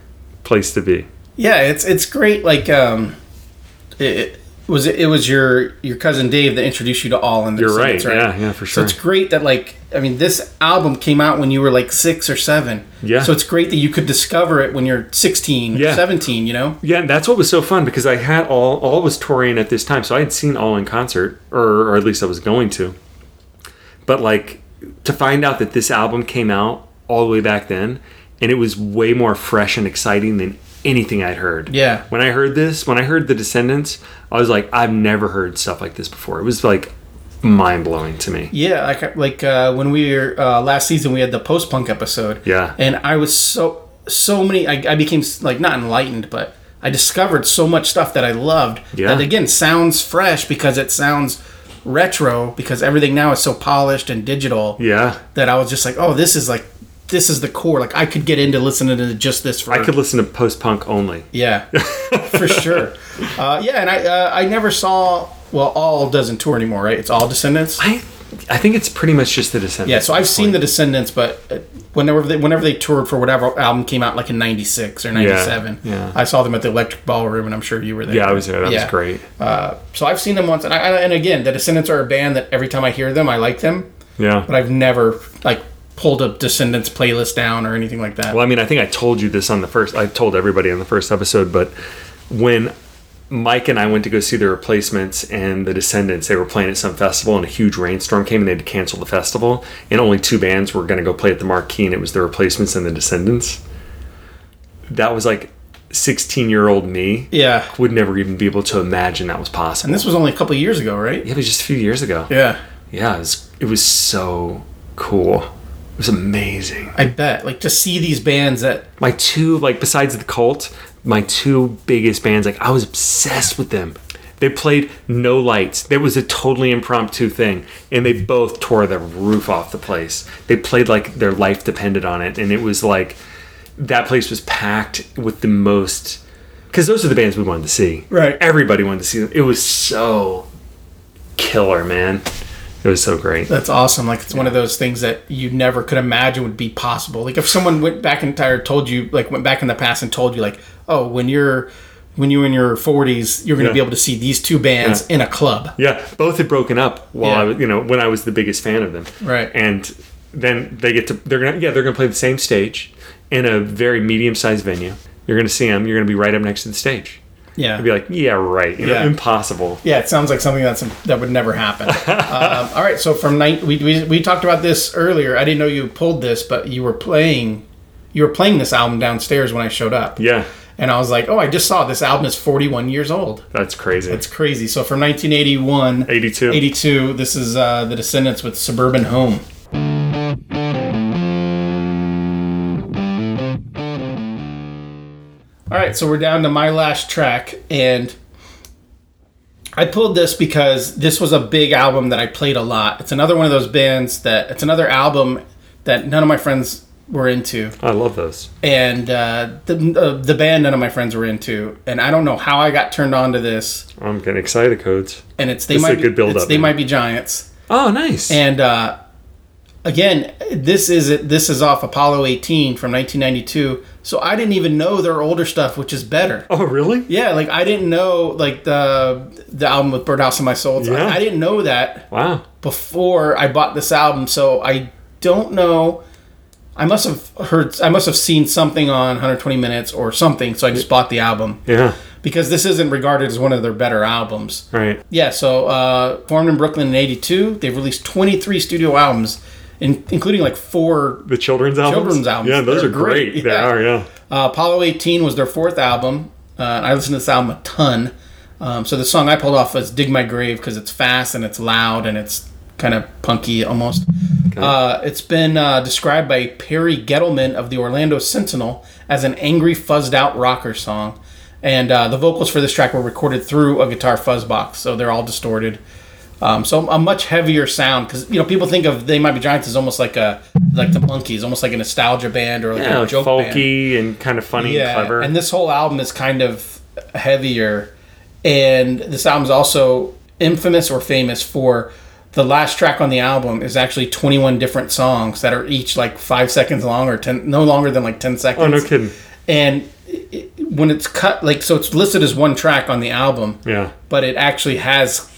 Speaker 2: place to be.
Speaker 1: Yeah, it's it's great. Like, um, it, it was it was your your cousin Dave that introduced you to all in the
Speaker 2: You're right.
Speaker 1: Descendants,
Speaker 2: Yeah, yeah, for
Speaker 1: So
Speaker 2: sure.
Speaker 1: it's great that like I mean this album came out when you were like six or seven.
Speaker 2: Yeah.
Speaker 1: So it's great that you could discover it when you're 16,
Speaker 2: Yeah.
Speaker 1: 17. You know.
Speaker 2: Yeah, and that's what was so fun because I had all all was touring at this time, so I had seen all in concert, or, or at least I was going to. But like to find out that this album came out all the way back then, and it was way more fresh and exciting than anything I'd heard.
Speaker 1: Yeah.
Speaker 2: When I heard this, when I heard The Descendants, I was like, I've never heard stuff like this before. It was like mind blowing to me.
Speaker 1: Yeah, like like uh, when we were uh, last season, we had the post punk episode.
Speaker 2: Yeah.
Speaker 1: and I was so so many. I, I became like not enlightened, but I discovered so much stuff that I loved.
Speaker 2: Yeah.
Speaker 1: that again sounds fresh because it sounds retro because everything now is so polished and digital.
Speaker 2: Yeah.
Speaker 1: that I was just like, oh, this is like this is the core. Like I could get into listening to just this. For
Speaker 2: I could listen to post punk only.
Speaker 1: yeah, for sure. Uh, yeah, and I uh, I never saw. Well, all doesn't tour anymore, right? It's all Descendants.
Speaker 2: I I think it's pretty much just The Descendants.
Speaker 1: Yeah, so I've seen the Descendants, but uh, whenever they, whenever they toured for whatever album came out, like in '96 or '97,
Speaker 2: yeah.
Speaker 1: I saw them at the Electric Ballroom, and I'm sure you were there.
Speaker 2: Yeah, I was there. That
Speaker 1: Yeah.
Speaker 2: was great.
Speaker 1: So I've seen them once, and I, I- and again, the Descendants are a band that every time I hear them, I like them,
Speaker 2: Yeah.
Speaker 1: but I've never like pulled a Descendants playlist down or anything like that.
Speaker 2: Well, I mean, I think I told you this on the first. I told everybody on the first episode, but when Mike and I went to go see the replacements and the descendants. They were playing at some festival and a huge rainstorm came and they had to cancel the festival. And only two bands were going to go play at the marquee and it was the replacements and the descendants. That was like 16 year old me
Speaker 1: Yeah.
Speaker 2: would never even be able to imagine that was possible.
Speaker 1: And this was only a couple years ago, right?
Speaker 2: yeah, it was just a few years ago.
Speaker 1: Yeah.
Speaker 2: Yeah, it was, it was so cool. It was amazing.
Speaker 1: I bet. Like to see these bands that
Speaker 2: my two like besides the cult my two biggest bands like i was obsessed with them they played no lights that was a totally impromptu thing and they both tore the roof off the place they played like their life depended on it and it was like that place was packed with the most because those are the bands we wanted to see
Speaker 1: Right.
Speaker 2: everybody wanted to see them it was so killer man it was so great
Speaker 1: that's awesome. Like it's one of those things that you never could imagine would be possible. Like if someone went back in time, told you, like went back in the past and told you, like, oh, when you're when you're in your 40s, you're going to
Speaker 2: Yeah.
Speaker 1: be able to see these two bands in a club.
Speaker 2: Yeah, both had broken up while
Speaker 1: Yeah.
Speaker 2: I was, you know, when I was the biggest fan of them.
Speaker 1: Right.
Speaker 2: And then they get to they're gonna yeah they're gonna play the same stage in a very medium sized venue. You're gonna see them. You're gonna be right up next to the stage.
Speaker 1: Yeah.
Speaker 2: I'd be like, yeah, right. You know,
Speaker 1: Yeah.
Speaker 2: impossible.
Speaker 1: Yeah, it sounds like something that's that would never happen. um, all right, so from night we, we we talked about this earlier. I didn't know you pulled this, but you were playing you were playing this album downstairs when I showed up.
Speaker 2: Yeah,
Speaker 1: And I was like, "Oh, I just saw this album is 41 years old.
Speaker 2: that's crazy.
Speaker 1: It's crazy." So from 1981
Speaker 2: 82.
Speaker 1: 82, this is uh, The Descendants with Suburban Home. All right, so we're down to my last track, and I pulled this because this was a big album that I played a lot. It's another one of those bands that it's another album that none of my friends were into,
Speaker 2: I love those.
Speaker 1: and uh, the uh, the band none of my friends were into, and I don't know how I got turned on to this.
Speaker 2: I'm getting excited. Codes.
Speaker 1: And it's they
Speaker 2: This is
Speaker 1: might
Speaker 2: a good
Speaker 1: be, it's
Speaker 2: build-up,
Speaker 1: they
Speaker 2: man.
Speaker 1: might be giants.
Speaker 2: Oh, nice.
Speaker 1: And uh, again, this is this is off Apollo 18 from 1992. So I didn't even know their older stuff, which is better.
Speaker 2: oh, really?
Speaker 1: Yeah, like I didn't know like the the album with Birdhouse and My Soul.
Speaker 2: Yeah.
Speaker 1: I, I didn't know that
Speaker 2: Wow.
Speaker 1: before I bought this album. So I don't know. I must have heard. I must have seen something on 120 Minutes or something. So I just bought the album
Speaker 2: Yeah.
Speaker 1: because this isn't regarded as one of their better albums.
Speaker 2: Right.
Speaker 1: Yeah, so uh, formed in Brooklyn in '82, they've released 23 studio albums, in, including like four.
Speaker 2: The children's albums.
Speaker 1: Children's albums.
Speaker 2: Yeah, those
Speaker 1: They're
Speaker 2: are great.
Speaker 1: great.
Speaker 2: They
Speaker 1: Yeah.
Speaker 2: are. Yeah.
Speaker 1: Uh, Apollo 18 was their fourth album. Uh, and I listened to this album a ton. Um, so the song I pulled off was "Dig My Grave" because it's fast and it's loud and it's kind of punky almost. Uh, it's been uh, described by Perry Gettleman of the Orlando Sentinel as an angry, fuzzed-out rocker song, and uh, the vocals for this track were recorded through a guitar fuzz box, so they're all distorted. Um, so a much heavier sound because you know people think of they might be giants as almost like a like the monkeys, almost like a nostalgia band or like
Speaker 2: Yeah,
Speaker 1: a
Speaker 2: like
Speaker 1: joke band
Speaker 2: folky and kind of funny and clever.
Speaker 1: and this whole album is kind of heavier. And this album's also infamous or famous for the last track on the album is actually 21 different songs that are each like five seconds long or 10, no longer than like 10 seconds.
Speaker 2: oh, no kidding.
Speaker 1: And it- it, when it's cut, like, so it's listed as one track on the album,
Speaker 2: Yeah.
Speaker 1: but it actually has,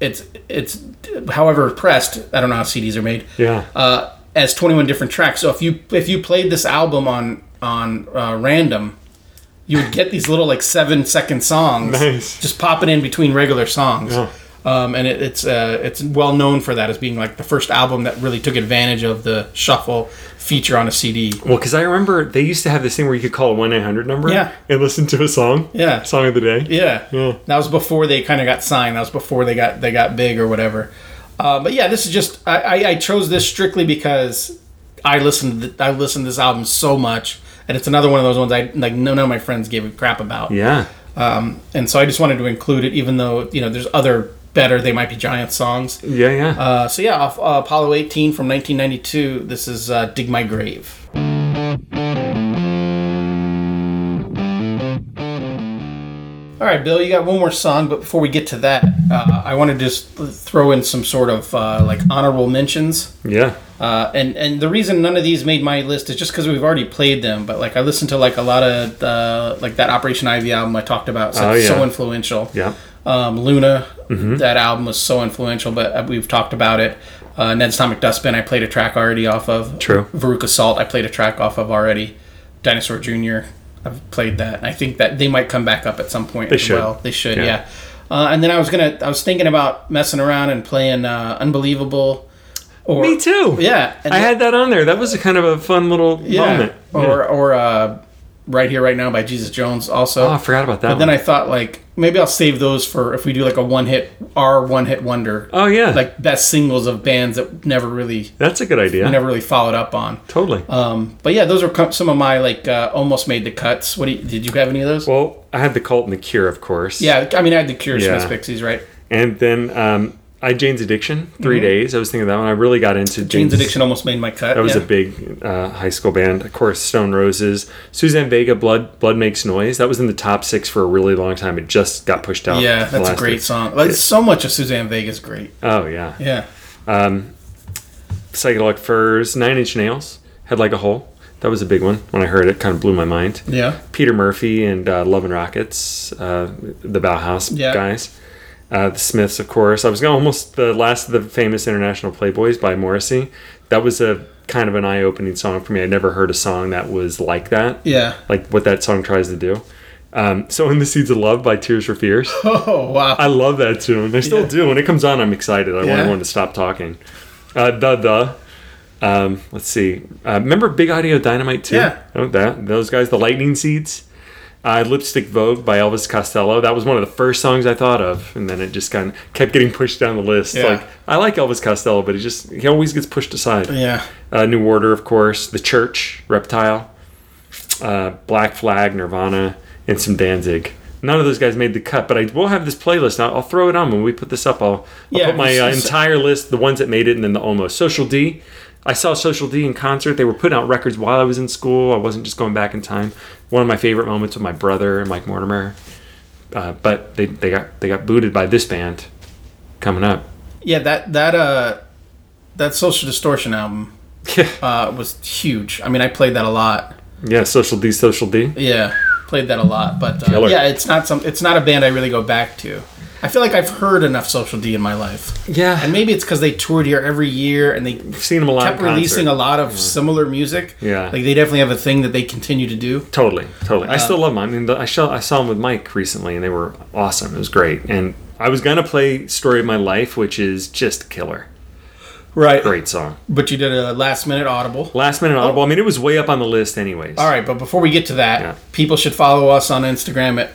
Speaker 1: it's, it's, however pressed, I don't know how CDs are made
Speaker 2: Yeah.
Speaker 1: uh, as 21 different tracks. So if you if you played this album on on uh, random, you would get these little like seven second songs,
Speaker 2: Nice.
Speaker 1: just popping in between regular songs. Um, and it, it's uh, it's well known for that as being like the first album that really took advantage of the shuffle feature on a CD.
Speaker 2: Well, because I remember they used to have this thing where you could call a one eight hundred number,
Speaker 1: Yeah.
Speaker 2: and listen to a song,
Speaker 1: Yeah.
Speaker 2: song of the day.
Speaker 1: Yeah.
Speaker 2: Yeah.
Speaker 1: That was before they kind of got signed. That was before they got they got big or whatever. Uh, but yeah, this is just I, I, I chose this strictly because I listened to th- I listened to this album so much, and it's another one of those ones I like none of my friends gave a crap about,
Speaker 2: Yeah,
Speaker 1: and so I just wanted to include it, even though you know there's other better they might be giant songs.
Speaker 2: yeah, yeah.
Speaker 1: Uh, so yeah, off uh, Apollo 18 from 1992. This is uh, "Dig My Grave." All right, Bill, you got one more song, but before we get to that, uh, I want to just throw in some sort of uh, like honorable mentions.
Speaker 2: yeah.
Speaker 1: Uh, and and the reason none of these made my list is just because we've already played them. But like I listened to like a lot of the like that Operation Ivy album I talked about, so,
Speaker 2: Oh, yeah.
Speaker 1: so influential
Speaker 2: Yeah.
Speaker 1: um, Luna.
Speaker 2: Mm-hmm.
Speaker 1: That album was so influential, but uh, we've talked about it. Uh, Ned's Atomic Dustbin, I played a track already off of.
Speaker 2: True.
Speaker 1: Veruca Salt, I played a track off of already. Dinosaur Jr. I've played that. And I think that they might come back up at some point
Speaker 2: They
Speaker 1: as
Speaker 2: should.
Speaker 1: well. They should,
Speaker 2: Yeah.
Speaker 1: yeah. Uh, and then I was gonna, I was thinking about messing around and playing uh, Unbelievable. Or,
Speaker 2: Me too.
Speaker 1: Yeah, and
Speaker 2: I
Speaker 1: then-
Speaker 2: had that on there. That was a kind of a fun little
Speaker 1: yeah.
Speaker 2: moment.
Speaker 1: Or or uh, right here, right now by Jesus Jones. Also,
Speaker 2: Oh, I forgot about that.
Speaker 1: But then
Speaker 2: one.
Speaker 1: I thought like maybe I'll save those for if we do like a one hit our one hit wonder.
Speaker 2: oh yeah,
Speaker 1: Like best singles of bands that never really
Speaker 2: that's a good idea.
Speaker 1: never really followed up on.
Speaker 2: Totally.
Speaker 1: Um, but yeah, those are co- some of my like uh, almost made the cuts. What do you, did you have any of those?
Speaker 2: well, I had the Cult and the Cure, of course.
Speaker 1: yeah, I mean I had the Cure
Speaker 2: Yeah.
Speaker 1: Smiths Pixies, right?
Speaker 2: And then um, I had Jane's Addiction, 3 Days. I was thinking of that one. I really got into
Speaker 1: Mm-hmm. Jane's Addiction almost made my cut.
Speaker 2: That was a big uh, high school band. Of course, Stone Roses, Suzanne Vega, Blood Blood Makes Noise. That was in the top six for a really long time. It just got pushed out.
Speaker 1: yeah,
Speaker 2: the
Speaker 1: that's a
Speaker 2: last
Speaker 1: great
Speaker 2: day.
Speaker 1: song. Like so much of Suzanne Vega's great.
Speaker 2: Oh yeah.
Speaker 1: Yeah.
Speaker 2: Psychedelic Furs, Nine Inch Nails, Head Like a Hole. That was a big one. When I heard it, kind of blew my mind.
Speaker 1: Yeah.
Speaker 2: Peter Murphy and uh, Love and Rockets, uh, the Bauhaus
Speaker 1: Yeah.
Speaker 2: guys, uh, the Smiths, of course. I was gonna almost the last of the famous international Playboys by Morrissey. That was a kind of an eye-opening song for me. I'd never heard a song that was like that,
Speaker 1: Yeah.
Speaker 2: like what that song tries to do. Um, so in the Seeds of Love by Tears for Fears,
Speaker 1: Oh wow.
Speaker 2: I love that tune. I still
Speaker 1: Yeah.
Speaker 2: do. When it comes on, I'm excited. I want
Speaker 1: Yeah.
Speaker 2: everyone to stop talking. Uh, the the. Um, let's see. Uh, remember Big Audio Dynamite too?
Speaker 1: Yeah.
Speaker 2: Oh, that those guys, the Lightning Seeds. Uh, Lipstick Vogue by Elvis Costello. That was one of the first songs I thought of, and then it just kind of kept getting pushed down the list.
Speaker 1: Yeah.
Speaker 2: Like I like Elvis Costello, but he just he always gets pushed aside.
Speaker 1: yeah.
Speaker 2: Uh, New Order, of course, The Church, Reptile, uh, Black Flag, Nirvana, and some Danzig. None of those guys made the cut, but I will have this playlist. I'll, I'll throw it on when we put this up. I'll, I'll
Speaker 1: Yeah,
Speaker 2: put my
Speaker 1: it's-
Speaker 2: uh,
Speaker 1: it's-
Speaker 2: entire list, the ones that made it, and then the almost. Social D. I saw Social D in concert. They were putting out records while I was in school. I wasn't just going back in time. One of my favorite moments with my brother, Mike Mortimer. Uh, but they, they got they got booted by this band coming up.
Speaker 1: Yeah, that that uh that Social Distortion album
Speaker 2: Yeah,
Speaker 1: uh was huge. I mean, I played that a lot.
Speaker 2: yeah. Social D, Social D.
Speaker 1: Yeah, played that a lot, but uh,
Speaker 2: Killer.
Speaker 1: yeah, it's not some it's not a band I really go back to. I feel like I've heard enough Social D in my life.
Speaker 2: Yeah,
Speaker 1: And maybe it's cuz they toured here every year and they
Speaker 2: I've seen them a lot.
Speaker 1: kept
Speaker 2: in concert.
Speaker 1: releasing a lot of similar music.
Speaker 2: Yeah.
Speaker 1: Like they definitely have a thing that they continue to do.
Speaker 2: Totally, totally.
Speaker 1: Uh,
Speaker 2: I still love them. I mean, the, I, saw, I saw them with Mike recently, and they were awesome. It was great. And I was gonna play "Story of My Life," which is just killer.
Speaker 1: Right.
Speaker 2: Great song.
Speaker 1: But you did a last minute audible.
Speaker 2: Last minute audible. I mean, it was way up on the list, anyways.
Speaker 1: Oh. All right, but before we get to that,
Speaker 2: Yeah.
Speaker 1: people should follow us on Instagram at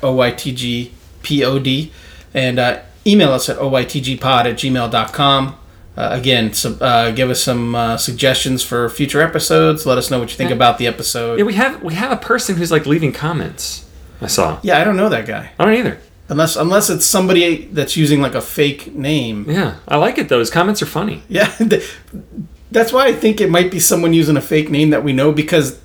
Speaker 1: OYTGPOD and uh, email us at OYTGPod at gmail.com. Uh, again, sub uh, give us some uh, suggestions for future episodes. Let us know what you think about the episode.
Speaker 2: Yeah, we have we have a person who's like leaving comments. I saw.
Speaker 1: Yeah, I don't know that guy.
Speaker 2: I don't either.
Speaker 1: Unless unless it's somebody that's using like a fake name.
Speaker 2: Yeah, I like it though. His comments are funny.
Speaker 1: Yeah, th- that's why I think it might be someone using a fake name that we know because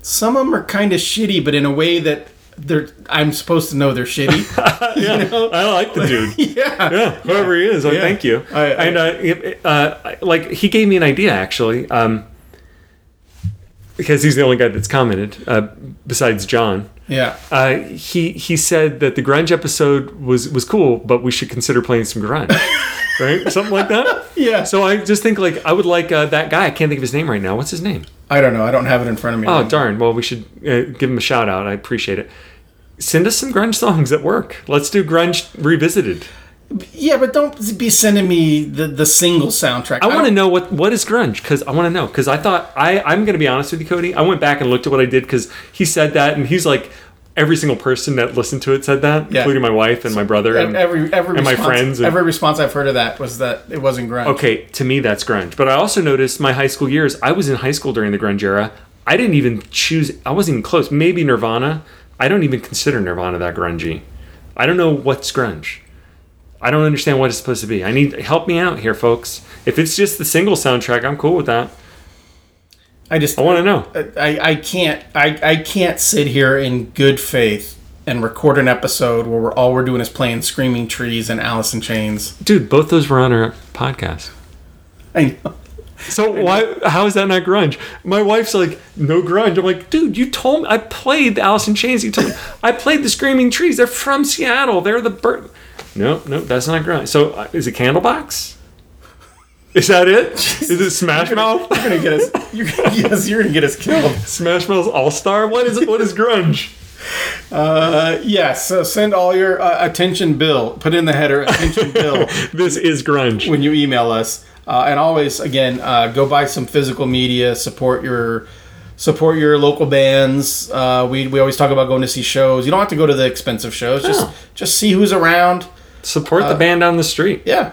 Speaker 1: some of them are kind of shitty, but in a way that they're I'm supposed to know they're shitty.
Speaker 2: Yeah, I like the dude.
Speaker 1: yeah.
Speaker 2: yeah, whoever he is, I thank you.
Speaker 1: I- I-
Speaker 2: and uh, if- uh, I- like he gave me an idea actually, um, because he's the only guy that's commented uh, besides John.
Speaker 1: Yeah.
Speaker 2: Uh, he he said that the grunge episode was was cool, but we should consider playing some grunge, right? Something like that.
Speaker 1: Yeah.
Speaker 2: So I just think like I would like uh, that guy. I can't think of his name right now. What's his name?
Speaker 1: I don't know. I don't have it in front of me.
Speaker 2: Oh
Speaker 1: right now.
Speaker 2: darn! Well, we should uh, give him a shout out. I appreciate it. Send us some grunge songs at work. Let's do grunge revisited.
Speaker 1: yeah, but don't be sending me the, the single soundtrack.
Speaker 2: I want to know what what is grunge because I want to know because I thought I I'm gonna be honest with you, Cody. I went back and looked at what I did because he said that and he's like every single person that listened to it said that,
Speaker 1: Yeah.
Speaker 2: including my wife and my brother and
Speaker 1: every every
Speaker 2: and my
Speaker 1: response,
Speaker 2: friends and-
Speaker 1: every response I've heard of that was that it wasn't grunge.
Speaker 2: Okay, to me that's grunge. But I also noticed my high school years. I was in high school during the grunge era. I didn't even choose. I wasn't even close. Maybe Nirvana. I don't even consider Nirvana that grungy. I don't know what's grunge. I don't understand what it's supposed to be. I need help me out here, folks. If it's just the single soundtrack, I'm cool with that.
Speaker 1: I just
Speaker 2: I want to know.
Speaker 1: I, I can't I, I can't sit here in good faith and record an episode where we're, all we're doing is playing Screaming Trees and Alice in Chains.
Speaker 2: Dude, both those were on our podcast.
Speaker 1: I know.
Speaker 2: So why? How is that not grunge? My wife's like, no grunge. I'm like, dude, you told me I played the Alice in Chains. You told me I played the Screaming Trees. They're from Seattle. They're the bird. No, no, that's not grunge. So uh, is it Candlebox? Is that it? Is it Smash Mouth?
Speaker 1: You're gonna get us. You're, yes, you're gonna get us killed.
Speaker 2: Smash Mouth's All Star? What is what is grunge?
Speaker 1: Uh, yes. So send all your uh, attention bill. Put in the header attention bill
Speaker 2: This is grunge.
Speaker 1: when you email us. Uh, and always, again, uh, go buy some physical media. Support your support your local bands. Uh, we we always talk about going to see shows. You don't have to go to the expensive shows. Just
Speaker 2: No.
Speaker 1: just see who's around.
Speaker 2: Support the band down the street.
Speaker 1: Uh, Yeah.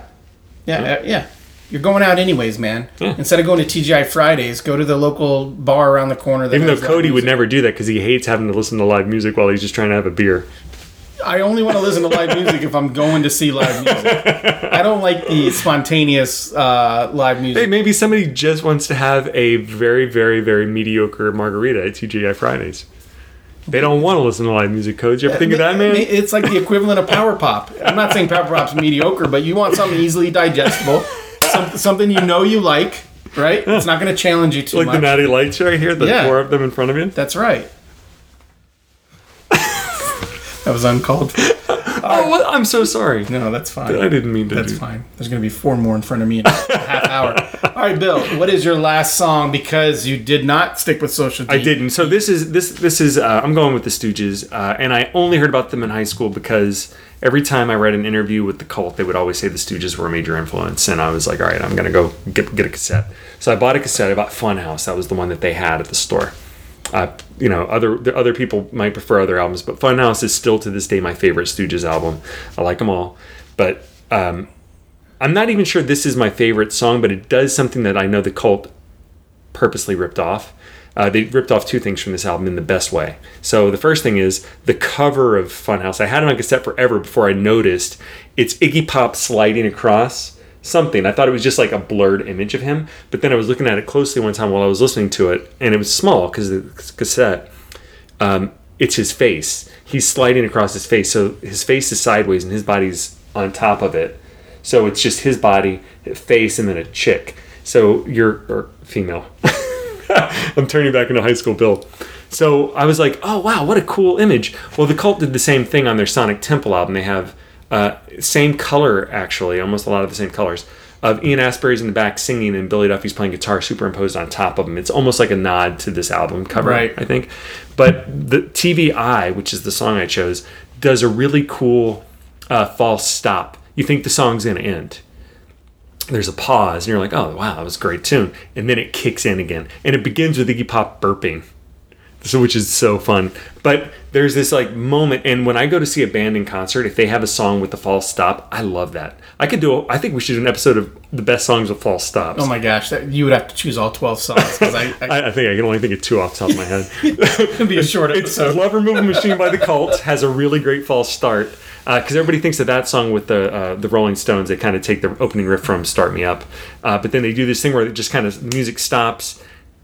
Speaker 1: Yeah, yeah. yeah. You're going out anyways, man.
Speaker 2: Yeah.
Speaker 1: Instead of going to TGI Fridays, go to the local bar around the corner. That
Speaker 2: Even though
Speaker 1: has that
Speaker 2: Cody would
Speaker 1: music.
Speaker 2: never do that because he hates having to listen to live music while he's just trying to have a beer.
Speaker 1: I only want to listen to live music if I'm going to see live music. I don't like the spontaneous uh, live
Speaker 2: Hey,
Speaker 1: music.
Speaker 2: maybe somebody just wants to have a very, very, very mediocre margarita at TGI Fridays. They don't want to listen to live music codes. You ever think of that, man?
Speaker 1: It's like the equivalent of Power Pop. I'm not saying Power Pop's mediocre, but you want something easily digestible, some, something you know you like, right? It's not going to challenge you too
Speaker 2: like
Speaker 1: much.
Speaker 2: the Natty Lights right here, the
Speaker 1: Yeah.
Speaker 2: four of them in front of you.
Speaker 1: That's right. that was uncalled for.
Speaker 2: Oh, what? I'm so sorry.
Speaker 1: No, that's fine.
Speaker 2: I didn't mean to.
Speaker 1: That's
Speaker 2: do-
Speaker 1: fine. There's going to be four more in front of me in a half hour. All right, Bill, what is your last song? Because you did not stick with social.
Speaker 2: I didn't. So this is this this is uh, I'm going with the Stooges, uh, and I only heard about them in high school because every time I read an interview with the Cult, they would always say the Stooges were a major influence, and I was like, all right, I'm gonna go get get a cassette. So I bought a cassette. I bought Funhouse. That was the one that they had at the store. Uh, you know, other the other people might prefer other albums, but Funhouse is still to this day my favorite Stooges album. I like them all, but um, I'm not even sure this is my favorite song, but it does something that I know the Cult purposely ripped off. Uh, they ripped off two things from this album in the best way. So the first thing is the cover of Funhouse. I had it on cassette forever before I noticed it's Iggy Pop sliding across something. I thought it was just like a blurred image of him, but then I was looking at it closely one time while I was listening to it, and it was small because the cassette. Um, it's his face. He's sliding across his face, so his face is sideways and his body's on top of it. So it's just his body, face, and then a chick. So you're or female. I'm turning back into high school Bill. So I was like, oh wow, what a cool image. Well, the cult did the same thing on their Sonic Temple album. They have uh, same color actually, almost a lot of the same colors of Ian Asbury's in the back singing and Billy Duffy's playing guitar superimposed on top of him. It's almost like a nod to this album cover,
Speaker 1: Right.
Speaker 2: I think. But the TVI, which is the song I chose, does a really cool uh, false stop. You think the song's going to end there's a pause and you're like, oh wow, that was a great tune. And then it kicks in again. And it begins with Iggy Pop burping. So which is so fun. But there's this like moment and when I go to see a band in concert, if they have a song with a false stop, I love that. I could do a, I think we should do an episode of the best songs with false stops.
Speaker 1: Oh my gosh, that, you would have to choose all 12 songs because I, I,
Speaker 2: I, I think I can only think of two off the top of my head.
Speaker 1: it'd be a short
Speaker 2: It's
Speaker 1: episode.
Speaker 2: Love Removal Machine by the Cult has a really great false start because everybody thinks that that song with the uh, the Rolling Stones they kind of take the opening riff from Start Me Up, uh, but then they do this thing where it just kind of music stops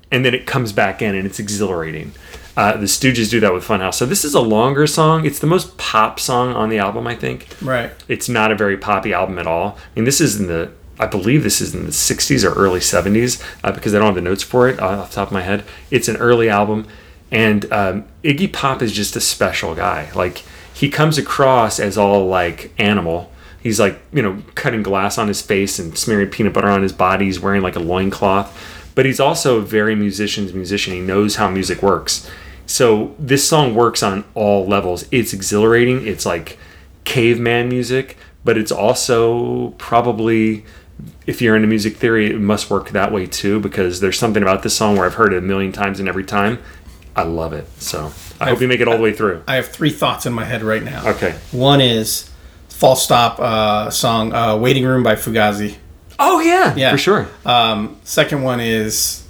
Speaker 2: and then it comes back in and it's exhilarating. Uh, the Stooges do that with Funhouse. So this is a longer song. It's the most pop song on the album, I think.
Speaker 1: Right.
Speaker 2: It's not a very poppy album at all. I mean, this is in the, I believe this is in the 60s or early 70s uh, because I don't have the notes for it uh, off the top of my head. It's an early album. And um, Iggy Pop is just a special guy. Like, he comes across as all like animal. He's like, you know, cutting glass on his face and smearing peanut butter on his body. He's wearing like a loincloth. But he's also a very musician's musician. He knows how music works. So this song works on all levels. It's exhilarating. It's like caveman music, but it's also probably if you're into music theory, it must work that way too because there's something about this song where I've heard it a million times and every time I love it. So I hope you make it all the way through.
Speaker 1: I have three thoughts in my head right now.
Speaker 2: Okay.
Speaker 1: One is false stop uh, song uh, Waiting Room by Fugazi.
Speaker 2: Oh yeah,
Speaker 1: Yeah.
Speaker 2: for sure.
Speaker 1: Um, second one is,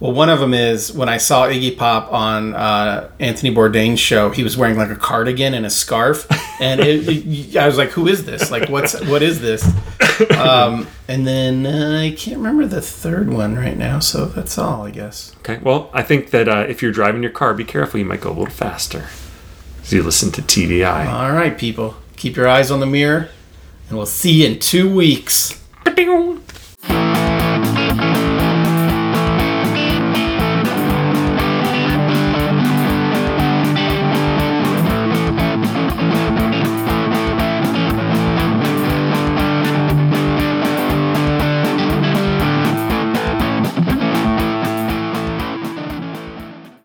Speaker 1: well, one of them is when I saw Iggy Pop on uh, Anthony Bourdain's show. He was wearing like a cardigan and a scarf, and it, it- I was like, "Who is this? Like, what's what is this?" Um, and then uh, I can't remember the third one right now, so that's all I guess.
Speaker 2: Okay. Well, I think that uh, if you're driving your car, be careful. You might go a little faster. So you listen to TDI.
Speaker 1: All right, people, keep your eyes on the mirror, and we'll see you in two weeks.